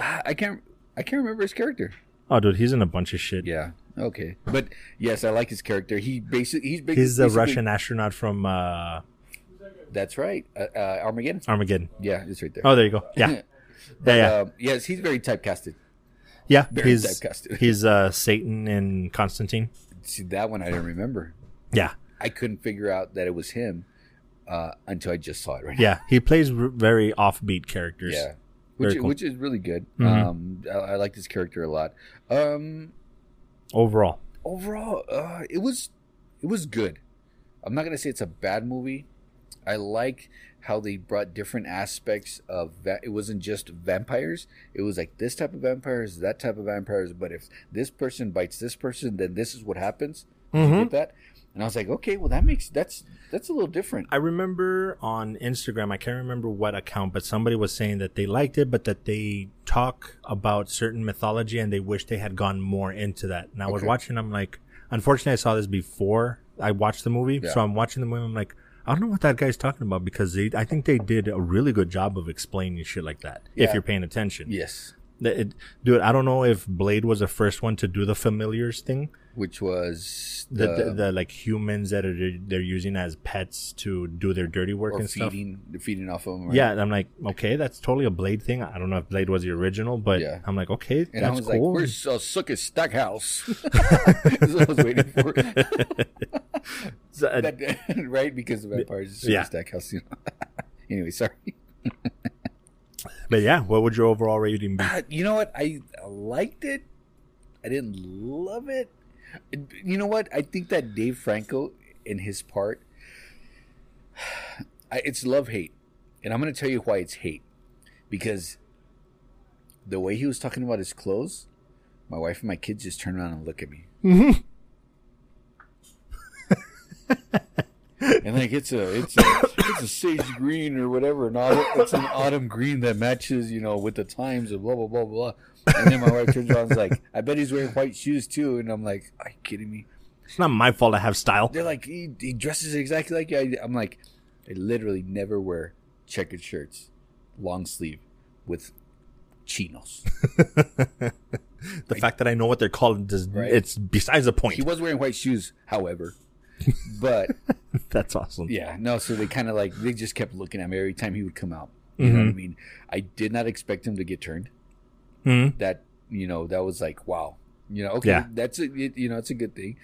Speaker 4: ah, I can't. I can't remember his character.
Speaker 3: Oh, dude, he's in a bunch of shit.
Speaker 4: Yeah. Okay. But yes, I like his character. He basically he's basically,
Speaker 3: He's a Russian astronaut from uh,
Speaker 4: That's right. Uh, uh, Armageddon.
Speaker 3: Armageddon.
Speaker 4: Yeah, it's right there.
Speaker 3: Oh, there you go. Yeah, yeah, yeah.
Speaker 4: Um, yes, he's very typecasted.
Speaker 3: yeah,
Speaker 4: very
Speaker 3: he's
Speaker 4: typecasted.
Speaker 3: he's uh, Satan in Constantine.
Speaker 4: See, that one I didn't remember.
Speaker 3: Yeah,
Speaker 4: I couldn't figure out that it was him uh, until I just saw it right
Speaker 3: yeah. He plays r- very offbeat characters.
Speaker 4: Yeah, which,
Speaker 3: Very cool.
Speaker 4: which is really good.
Speaker 3: Mhm.
Speaker 4: Um, I, I like this character a lot. Um,
Speaker 3: Overall,
Speaker 4: overall, uh, it was it was good. I'm not gonna say it's a bad movie. I like how they brought different aspects of that. It wasn't just vampires. It was like this type of vampires, that type of vampires. But if this person bites this person, then this is what happens. Did you
Speaker 3: Mhm.
Speaker 4: get that? And I was like, okay, well that makes that's that's a little different.
Speaker 3: I remember on Instagram, I can't remember what account, but somebody was saying that they liked it, but that they talk about certain mythology and they wish they had gone more into that. And I was
Speaker 4: Okay.
Speaker 3: watching, I'm like, unfortunately, I saw this before I watched the movie.
Speaker 4: Yeah.
Speaker 3: So I'm watching the movie, I'm like, I don't know what that guy's talking about because they, I think they did a really good job of explaining shit like that if
Speaker 4: Yeah.
Speaker 3: you're paying attention.
Speaker 4: Yes,
Speaker 3: That it- dude, I don't know if Blade was the first one to do the familiars thing
Speaker 4: which was
Speaker 3: the, the, the like humans that are they're using as pets to do their dirty work
Speaker 4: or
Speaker 3: and stuff.
Speaker 4: feeding feeding off of them. right?
Speaker 3: Yeah, and I'm like, okay, that's totally a Blade thing. I don't know if Blade was the original, but
Speaker 4: Yeah.
Speaker 3: I'm like, okay,
Speaker 4: And I
Speaker 3: that's
Speaker 4: was like,
Speaker 3: cool.
Speaker 4: "Where's uh, Suckus Stackhouse?" That's what I was waiting for.
Speaker 3: So, uh,
Speaker 4: That- right, because the vampires is Suckus
Speaker 3: Yeah.
Speaker 4: Stackhouse. You know. anyway, sorry.
Speaker 3: but yeah, what would your overall rating be?
Speaker 4: Uh, you know what? I liked it. I didn't love it. You know what? I think that Dave Franco in his part, I, it's love hate, and I'm going to tell you why it's hate, because the way he was talking about his clothes, my wife and my kids just turn around and look at me. and like it's a it's a, it's a sage green or whatever, an autumn, it's an autumn green that matches you know with the times of blah blah blah blah. And then my wife turns around and is like, "I bet he's wearing white shoes too." And I'm like, "Are you kidding me?"
Speaker 3: It's not my fault I have style.
Speaker 4: They're like, "He, he dresses exactly like you." I, I'm like, "I literally never wear checkered shirts, long sleeve, with chinos."
Speaker 3: The fact that I know what they're called does
Speaker 4: Right.
Speaker 3: it's besides the point.
Speaker 4: He was wearing white shoes, however, but.
Speaker 3: that's awesome.
Speaker 4: Yeah, no, so they kind of like, they just kept looking at me every time he would come out. You know what I mean? I did not expect him to get turned.
Speaker 3: Mhm.
Speaker 4: That, you know, that was like, wow. You know, okay,
Speaker 3: Yeah.
Speaker 4: that's a, it, you know, it's a good thing.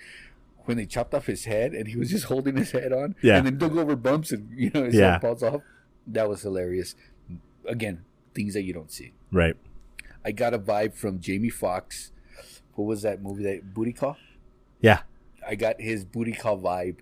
Speaker 4: When they chopped off his head and he was just holding his head on
Speaker 3: Yeah.
Speaker 4: and then dug over bumps and, you know, his
Speaker 3: Yeah.
Speaker 4: head falls off, that was hilarious. Again, things that you don't see.
Speaker 3: Right.
Speaker 4: I got a vibe from Jamie Foxx. What was that movie that Booty Call?
Speaker 3: Yeah.
Speaker 4: I got his Booty Call vibe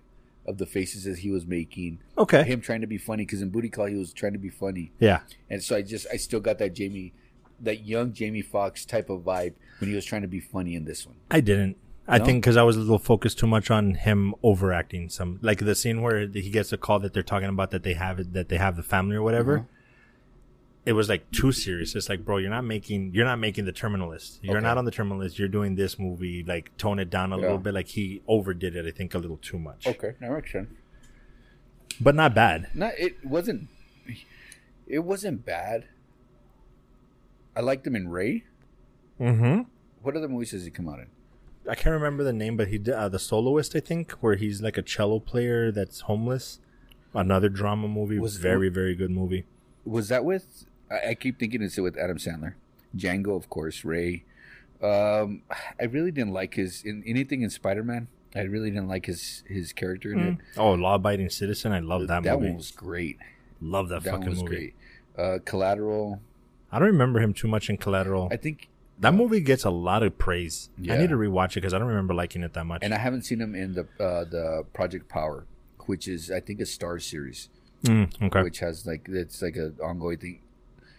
Speaker 4: of the faces that he was making
Speaker 3: Okay.
Speaker 4: him trying to be funny because in Booty Call he was trying to be funny,
Speaker 3: Yeah.
Speaker 4: and so I just I still got that Jamie, that young Jamie Foxx type of vibe when he was trying to be funny in this one.
Speaker 3: I didn't. I
Speaker 4: No?
Speaker 3: think because I was a little focused too much on him overacting some, like the scene where he gets a call that they're talking about that they have it, that they have the family or whatever.
Speaker 4: Uh-huh.
Speaker 3: It was like too serious. It's like, bro, you're not making you're not making the terminalist. You're
Speaker 4: Okay.
Speaker 3: not on the terminalist. You're doing this movie. Like tone it down a little
Speaker 4: Yeah.
Speaker 3: bit. Like he overdid it. I think a little too much.
Speaker 4: Okay, that makes sense.
Speaker 3: but not bad.
Speaker 4: No, it wasn't. It wasn't bad. I liked him in Ray.
Speaker 3: Mm-hmm.
Speaker 4: What other movies does he come out in?
Speaker 3: I can't remember the name, but he did uh, the soloist. I think where he's like a cello player that's homeless. Another drama movie.
Speaker 4: Was-
Speaker 3: very very good movie.
Speaker 4: Was that with? I, I keep thinking it's with Adam Sandler, Django, of course, Ray. Um, I really didn't like his in anything in Spider Man. I really didn't like his his character in it.
Speaker 3: Oh, Law Abiding Citizen. I love that,
Speaker 4: Mm-hmm. that
Speaker 3: movie.
Speaker 4: one was great.
Speaker 3: love that,
Speaker 4: That
Speaker 3: fucking
Speaker 4: one was
Speaker 3: movie.
Speaker 4: great. Uh, Collateral.
Speaker 3: I don't remember him too much in Collateral.
Speaker 4: I think
Speaker 3: That movie gets a lot of praise. I
Speaker 4: Yeah.
Speaker 3: need to rewatch it because I don't remember liking it that much.
Speaker 4: and I haven't seen him in the uh, the Project Power, which is I think a Star series,
Speaker 3: Mm, okay.
Speaker 4: which has like it's like an ongoing thing.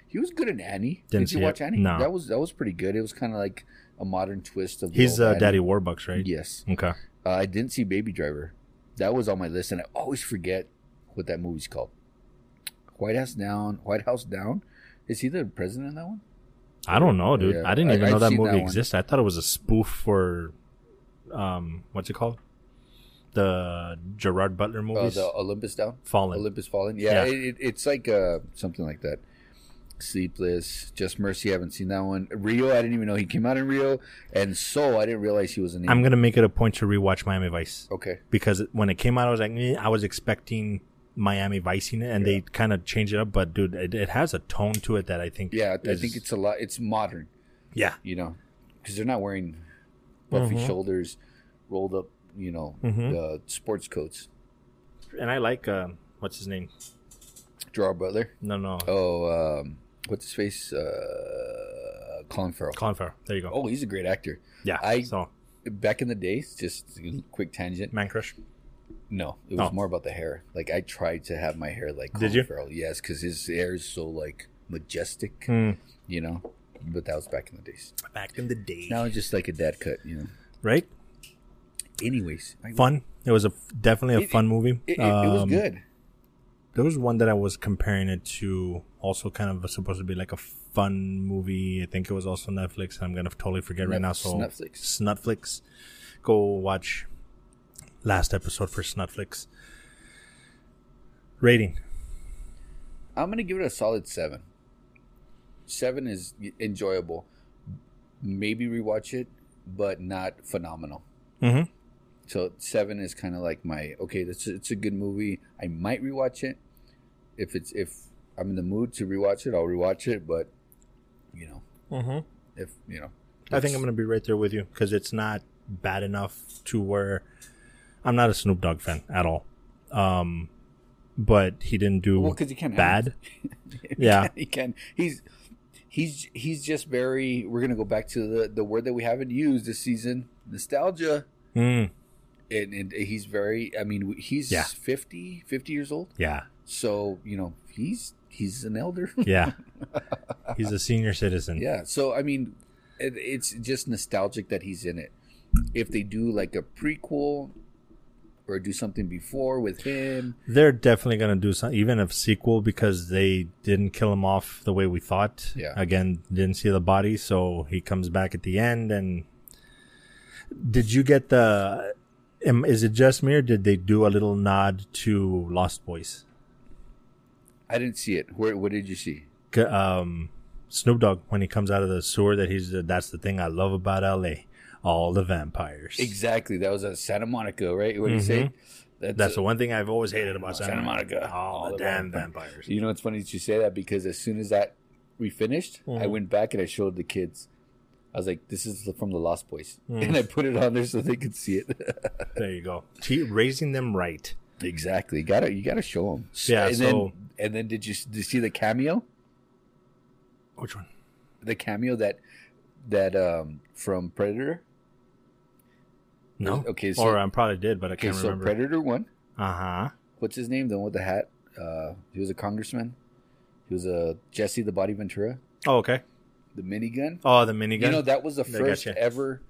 Speaker 4: He was good in Annie.
Speaker 3: Didn't
Speaker 4: Did you
Speaker 3: see
Speaker 4: watch
Speaker 3: it.
Speaker 4: Annie?
Speaker 3: No.
Speaker 4: That was that was pretty good. It was kind of like a modern twist of the
Speaker 3: He's
Speaker 4: old
Speaker 3: uh,
Speaker 4: Annie.
Speaker 3: Daddy Warbucks, right?
Speaker 4: Yes,
Speaker 3: Okay.
Speaker 4: uh, I didn't see Baby Driver. That was on my list, and I always forget what that movie's called. White House Down. White House Down. Is he the president in that one?
Speaker 3: I don't know, dude.
Speaker 4: Yeah,
Speaker 3: I didn't
Speaker 4: I-
Speaker 3: even
Speaker 4: I've
Speaker 3: know that
Speaker 4: seen
Speaker 3: movie
Speaker 4: that one.
Speaker 3: existed. I thought it was a spoof for, um, what's it called? The Gerard Butler
Speaker 4: Uh,
Speaker 3: movies.
Speaker 4: the Olympus Down.
Speaker 3: Fallen.
Speaker 4: Olympus Fallen. Yeah,
Speaker 3: Yeah.
Speaker 4: It, it, it's like uh, something like that. Sleepless, Just Mercy. I haven't seen that one. Rio. I didn't even know he came out in Rio, and Soul. I didn't realize he was in.
Speaker 3: I'm gonna make it a point to rewatch Miami Vice
Speaker 4: okay.
Speaker 3: because when it came out, I was like, "Eh," I was expecting Miami Vice in it, and they kind of changed it up. But dude, it, it has a tone to it that I think.
Speaker 4: Yeah, I
Speaker 3: is-
Speaker 4: think it's a lot. It's modern,
Speaker 3: yeah.
Speaker 4: you know, because they're not wearing puffy
Speaker 3: Mm-hmm.
Speaker 4: shoulders, rolled up, you know, uh, sports coats.
Speaker 3: And I like uh, what's his name?
Speaker 4: Gerard Butler.
Speaker 3: No, no,
Speaker 4: Oh, um, what's his face? Uh, Colin Farrell.
Speaker 3: Colin Farrell. There you go.
Speaker 4: Oh, he's a great actor.
Speaker 3: yeah.
Speaker 4: I-
Speaker 3: so
Speaker 4: Back in the days, just a quick tangent.
Speaker 3: Man Crush.
Speaker 4: No, it was
Speaker 3: Oh.
Speaker 4: more about the hair. Like I tried to have my hair like Colin
Speaker 3: you?
Speaker 4: Farrell. Yes, because his hair is so like majestic,
Speaker 3: Hmm.
Speaker 4: you know. But that was back in the days.
Speaker 3: Back in the day,
Speaker 4: Now it's just like a dad cut, you know.
Speaker 3: right?
Speaker 4: Anyways, I-
Speaker 3: Fun. It was a definitely a
Speaker 4: It-
Speaker 3: fun movie.
Speaker 4: It, it, it was
Speaker 3: Um,
Speaker 4: good.
Speaker 3: There was one that I was comparing it to, also kind of supposed to be like a fun movie. I think it was also Netflix. I'm gonna totally forget right now.
Speaker 4: Nef-
Speaker 3: So
Speaker 4: Snutflix.
Speaker 3: Snutflix. Go watch last episode for Snutflix. Rating.
Speaker 4: I'm gonna give it a solid seven. Seven is enjoyable. Maybe rewatch it, but not phenomenal.
Speaker 3: Mhm.
Speaker 4: So seven is kind of like my okay. That's it's a good movie. I might rewatch it if it's if I'm in the mood to rewatch it. I'll rewatch it, but you know
Speaker 3: Mm-hmm.
Speaker 4: if you know.
Speaker 3: I think I'm gonna be right there with you because it's not bad enough to where I'm not a Snoop Dogg fan at all. Um, but he didn't do
Speaker 4: Well, 'cause you can't have
Speaker 3: bad. yeah,
Speaker 4: he can. He's he's he's just very. We're gonna go back to the the word that we haven't used this season: nostalgia.
Speaker 3: Mm,
Speaker 4: and, and he's very i mean he's
Speaker 3: Yeah.
Speaker 4: fifty, fifty 50 years old
Speaker 3: yeah,
Speaker 4: so you know he's he's an elder
Speaker 3: yeah. He's a senior citizen.
Speaker 4: yeah so i mean it, it's just nostalgic that he's in it if they do like a prequel or do something before with him
Speaker 3: They're definitely gonna do some, even a sequel because they didn't kill him off the way we thought.
Speaker 4: Yeah.
Speaker 3: Again, didn't see the body, so he comes back at the end. And did you get the? am- Is it just me or did they do a little nod to Lost Boys?
Speaker 4: i didn't see it where what did you see
Speaker 3: G- um, Snoop Dogg when he comes out of the sewer that he's that's the thing I love about LA, all the vampires.
Speaker 4: exactly that was a santa monica right what do you say that's,
Speaker 3: That's the one thing I've always hated about Santa,
Speaker 4: Santa Monica.
Speaker 3: All,
Speaker 4: All
Speaker 3: the,
Speaker 4: the
Speaker 3: damn
Speaker 4: vamp-
Speaker 3: vampires.
Speaker 4: you know it's funny that you say that because as soon as that we finished
Speaker 3: Mm.
Speaker 4: i went back and i showed the kids i was like this is from the lost boys
Speaker 3: Mm.
Speaker 4: and i put it on there so they could see it
Speaker 3: There you go. T- raising them right.
Speaker 4: Exactly. Got to You got to show them.
Speaker 3: Yeah,
Speaker 4: And
Speaker 3: so-
Speaker 4: then, and then did you did you see the cameo?
Speaker 3: Which one?
Speaker 4: The cameo that that um from Predator.
Speaker 3: No.
Speaker 4: Okay, so-
Speaker 3: or I probably did, but I
Speaker 4: Okay,
Speaker 3: can't
Speaker 4: so
Speaker 3: remember.
Speaker 4: Predator one.
Speaker 3: Uh huh.
Speaker 4: What's his name? The one with the hat. Uh, he was a congressman. He was a Jesse the Body Ventura.
Speaker 3: Oh, okay.
Speaker 4: The minigun.
Speaker 3: Oh, the minigun.
Speaker 4: You know that was the
Speaker 3: I
Speaker 4: first
Speaker 3: gotcha. ever.
Speaker 4: ever.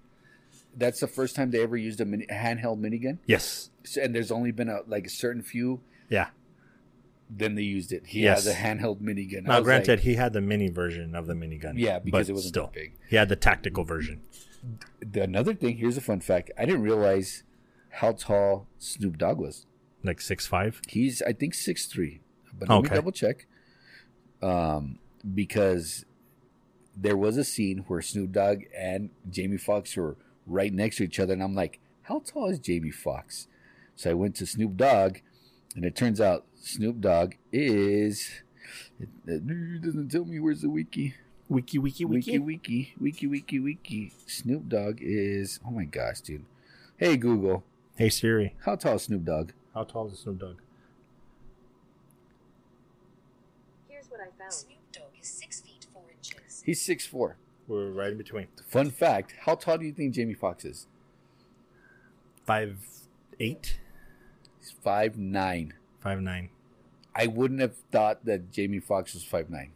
Speaker 4: That's the first time they ever used a mini, handheld minigun.
Speaker 3: Yes.
Speaker 4: So, and there's only been a like a certain few.
Speaker 3: Yeah.
Speaker 4: Then they used it. He
Speaker 3: Yes.
Speaker 4: has a handheld minigun. I
Speaker 3: Now,
Speaker 4: was
Speaker 3: granted,
Speaker 4: like-
Speaker 3: he had the mini version of the minigun.
Speaker 4: Yeah, because
Speaker 3: but
Speaker 4: it wasn't
Speaker 3: still,
Speaker 4: that big.
Speaker 3: He had the tactical version.
Speaker 4: The- another thing here's a fun fact i didn't realize how tall snoop dogg was
Speaker 3: Like six five.
Speaker 4: he's i think 6'3 but let
Speaker 3: Okay.
Speaker 4: me double check um, because there was a scene where snoop dogg and jamie Foxx were right next to each other and i'm like how tall is jamie Foxx? so i went to snoop dogg and it turns out snoop dogg is it, it doesn't tell me where's the wiki
Speaker 3: Wiki wiki
Speaker 4: Wiki wiki wiki wiki wiki. Snoop Dogg is oh my gosh, dude. Hey Google,
Speaker 3: Hey Siri,
Speaker 4: how tall is Snoop Dogg?
Speaker 3: how tall is Snoop Dogg?
Speaker 5: Here's what I found.
Speaker 6: Snoop Dogg is six feet four inches.
Speaker 4: He's six four.
Speaker 3: We're right in between.
Speaker 4: Fun fact: How tall do you think Jamie Foxx is?
Speaker 3: Five eight,
Speaker 4: He's five nine.
Speaker 3: five nine.
Speaker 4: I wouldn't have thought that Jamie Foxx was five nine.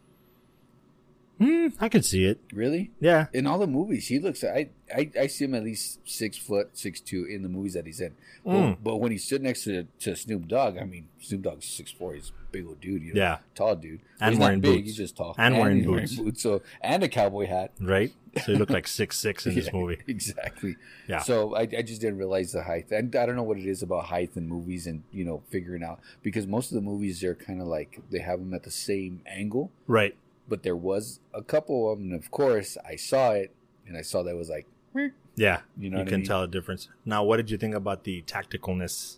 Speaker 3: Hmm, I could see it.
Speaker 4: Really?
Speaker 3: Yeah.
Speaker 4: In all the movies, he looks. I, I I see him at least six foot six two in the movies that he's in. But,
Speaker 3: Mm.
Speaker 4: but when he stood next to to Snoop Dogg, I mean, Snoop Dogg's six four. He's a big old dude. You know,
Speaker 3: Yeah.
Speaker 4: Tall dude.
Speaker 3: And
Speaker 4: he's not
Speaker 3: wearing
Speaker 4: big,
Speaker 3: boots.
Speaker 4: He's just tall.
Speaker 3: And wearing
Speaker 4: he's
Speaker 3: boots.
Speaker 4: So and a cowboy hat.
Speaker 3: Right? So he looked like six six in this
Speaker 4: Yeah,
Speaker 3: movie.
Speaker 4: Exactly.
Speaker 3: Yeah.
Speaker 4: So I, I just didn't realize the height. And I don't know what it is about height in movies and, you know, figuring out because most of the movies they're kind of like they have them at the same angle.
Speaker 3: Right.
Speaker 4: But there was a couple of them. And of course, I saw it and I saw that was like, "Meep."
Speaker 3: Yeah.
Speaker 4: You know
Speaker 3: you
Speaker 4: what I
Speaker 3: can
Speaker 4: mean?
Speaker 3: tell a difference. Now, what did you think about the tacticalness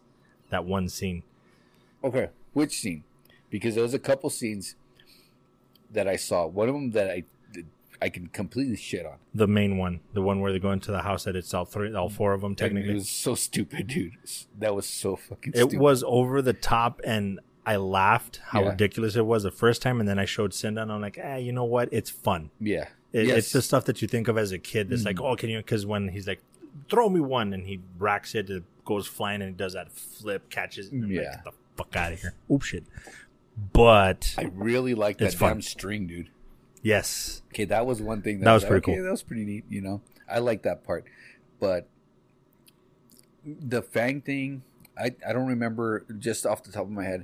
Speaker 3: that one scene?
Speaker 4: okay, which scene? Because there was a couple scenes that I saw. One of them that I I can completely shit on.
Speaker 3: The main one, the one where they go into the house that it's all three, all four of them technically.
Speaker 4: Mm-hmm. it was so stupid, dude. That was so fucking.
Speaker 3: It
Speaker 4: stupid.
Speaker 3: was over the top, and I laughed how
Speaker 4: Yeah.
Speaker 3: ridiculous it was the first time, and then I showed Cinda, and I'm like, eh, you know what? It's fun.
Speaker 4: Yeah.
Speaker 3: It,
Speaker 4: Yes. Mm.
Speaker 3: It's the stuff that you think of as a kid. That's like, oh, can you? Because when he's like, throw me one, and he racks it, it goes flying, and it does that flip, catches, it, and I'm like,
Speaker 4: Yeah.
Speaker 3: get the fuck out of here. Oop shit. But
Speaker 4: I really like that
Speaker 3: It's fun.
Speaker 4: damn string, dude.
Speaker 3: yes,
Speaker 4: Okay, that was one thing.
Speaker 3: That was pretty
Speaker 4: okay,
Speaker 3: cool.
Speaker 4: That was pretty neat. You know, I like that part, but the Fang thing, I I don't remember just off the top of my head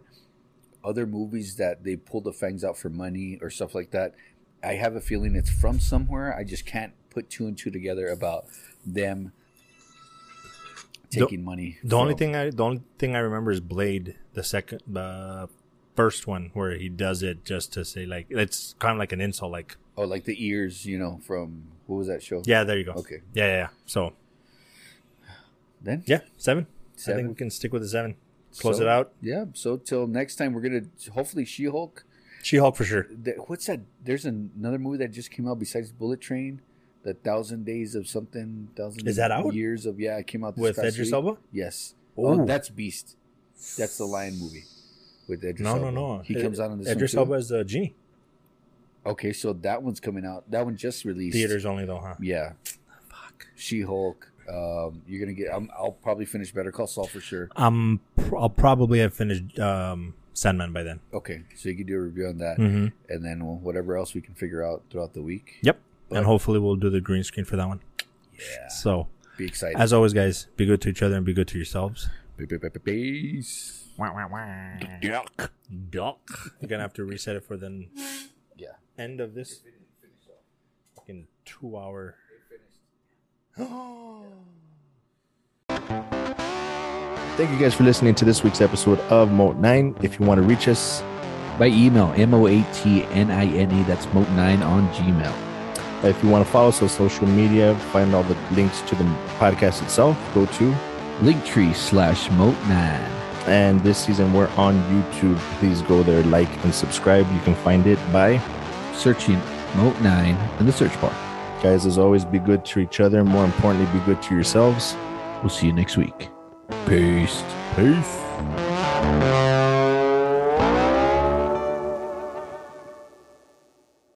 Speaker 4: other movies that they pull the fangs out for money or stuff like that. I have a feeling it's from somewhere. I just can't put two and two together about them taking money.
Speaker 3: The only
Speaker 4: from-
Speaker 3: thing I the only thing I remember is Blade, the second, the first one where he does it just to say like it's kind of like an insult, like
Speaker 4: oh, like the ears, you know, from what was that show?
Speaker 3: yeah, there you go.
Speaker 4: Okay.
Speaker 3: Yeah, yeah. yeah. So
Speaker 4: Then
Speaker 3: yeah, seven. I
Speaker 4: Seven.
Speaker 3: think we can stick with the seven. Close
Speaker 4: So-
Speaker 3: it out.
Speaker 4: Yeah. So till next time, we're gonna hopefully She Hulk.
Speaker 3: She Hulk for sure.
Speaker 4: that what's that? There's an, another movie that just came out besides Bullet Train, the Thousand Days of something. Thousand
Speaker 3: Is that out?
Speaker 4: Years of yeah, it came out this
Speaker 3: With
Speaker 4: past
Speaker 3: Edgar
Speaker 4: week.
Speaker 3: Elba?
Speaker 4: Yes.
Speaker 3: Ooh.
Speaker 4: Oh, that's Beast. That's the Lion movie with Edgar.
Speaker 3: No, no, no.
Speaker 4: He
Speaker 3: Ed-
Speaker 4: comes out in this
Speaker 3: Idris
Speaker 4: one too?
Speaker 3: Elba is the genie.
Speaker 4: Okay, so that one's coming out. That one just released.
Speaker 3: Theaters only though, huh?
Speaker 4: Yeah. Fuck. She Hulk. Um, you're gonna get. I'm, I'll probably finish Better Call Saul for sure.
Speaker 3: Um, pr- I'll probably have finished um Sandman by then.
Speaker 4: Okay, so you can do a review on that,
Speaker 3: Mm-hmm.
Speaker 4: and then well, whatever else we can figure out throughout the week.
Speaker 3: Yep.
Speaker 4: But- Ah,
Speaker 3: and hopefully we'll do the green screen for that one.
Speaker 4: Yeah.
Speaker 3: So
Speaker 4: Be excited.
Speaker 3: as always, guys, be good to each other and be good to yourselves.
Speaker 4: Peace. Duck.
Speaker 3: Duck. You're gonna have to reset it for the
Speaker 4: Yeah.
Speaker 3: end of this fucking two hour.
Speaker 1: Thank you guys for listening to this week's episode of Moat 9. If you want to reach us
Speaker 2: By email, eh, M O A T N I N E, that's Moat9 on Gmail.
Speaker 1: If you want to follow us on social media, find all the links to the podcast itself, go to.
Speaker 2: Linktree slash Moat9.
Speaker 1: And this season we're on YouTube. Please go there, like, and subscribe. You can find it by.
Speaker 2: Searching Moat9 in the search bar.
Speaker 1: Guys, as always, be good to each other. More importantly, be good to yourselves.
Speaker 2: We'll see you next week. Peace.
Speaker 1: Peace.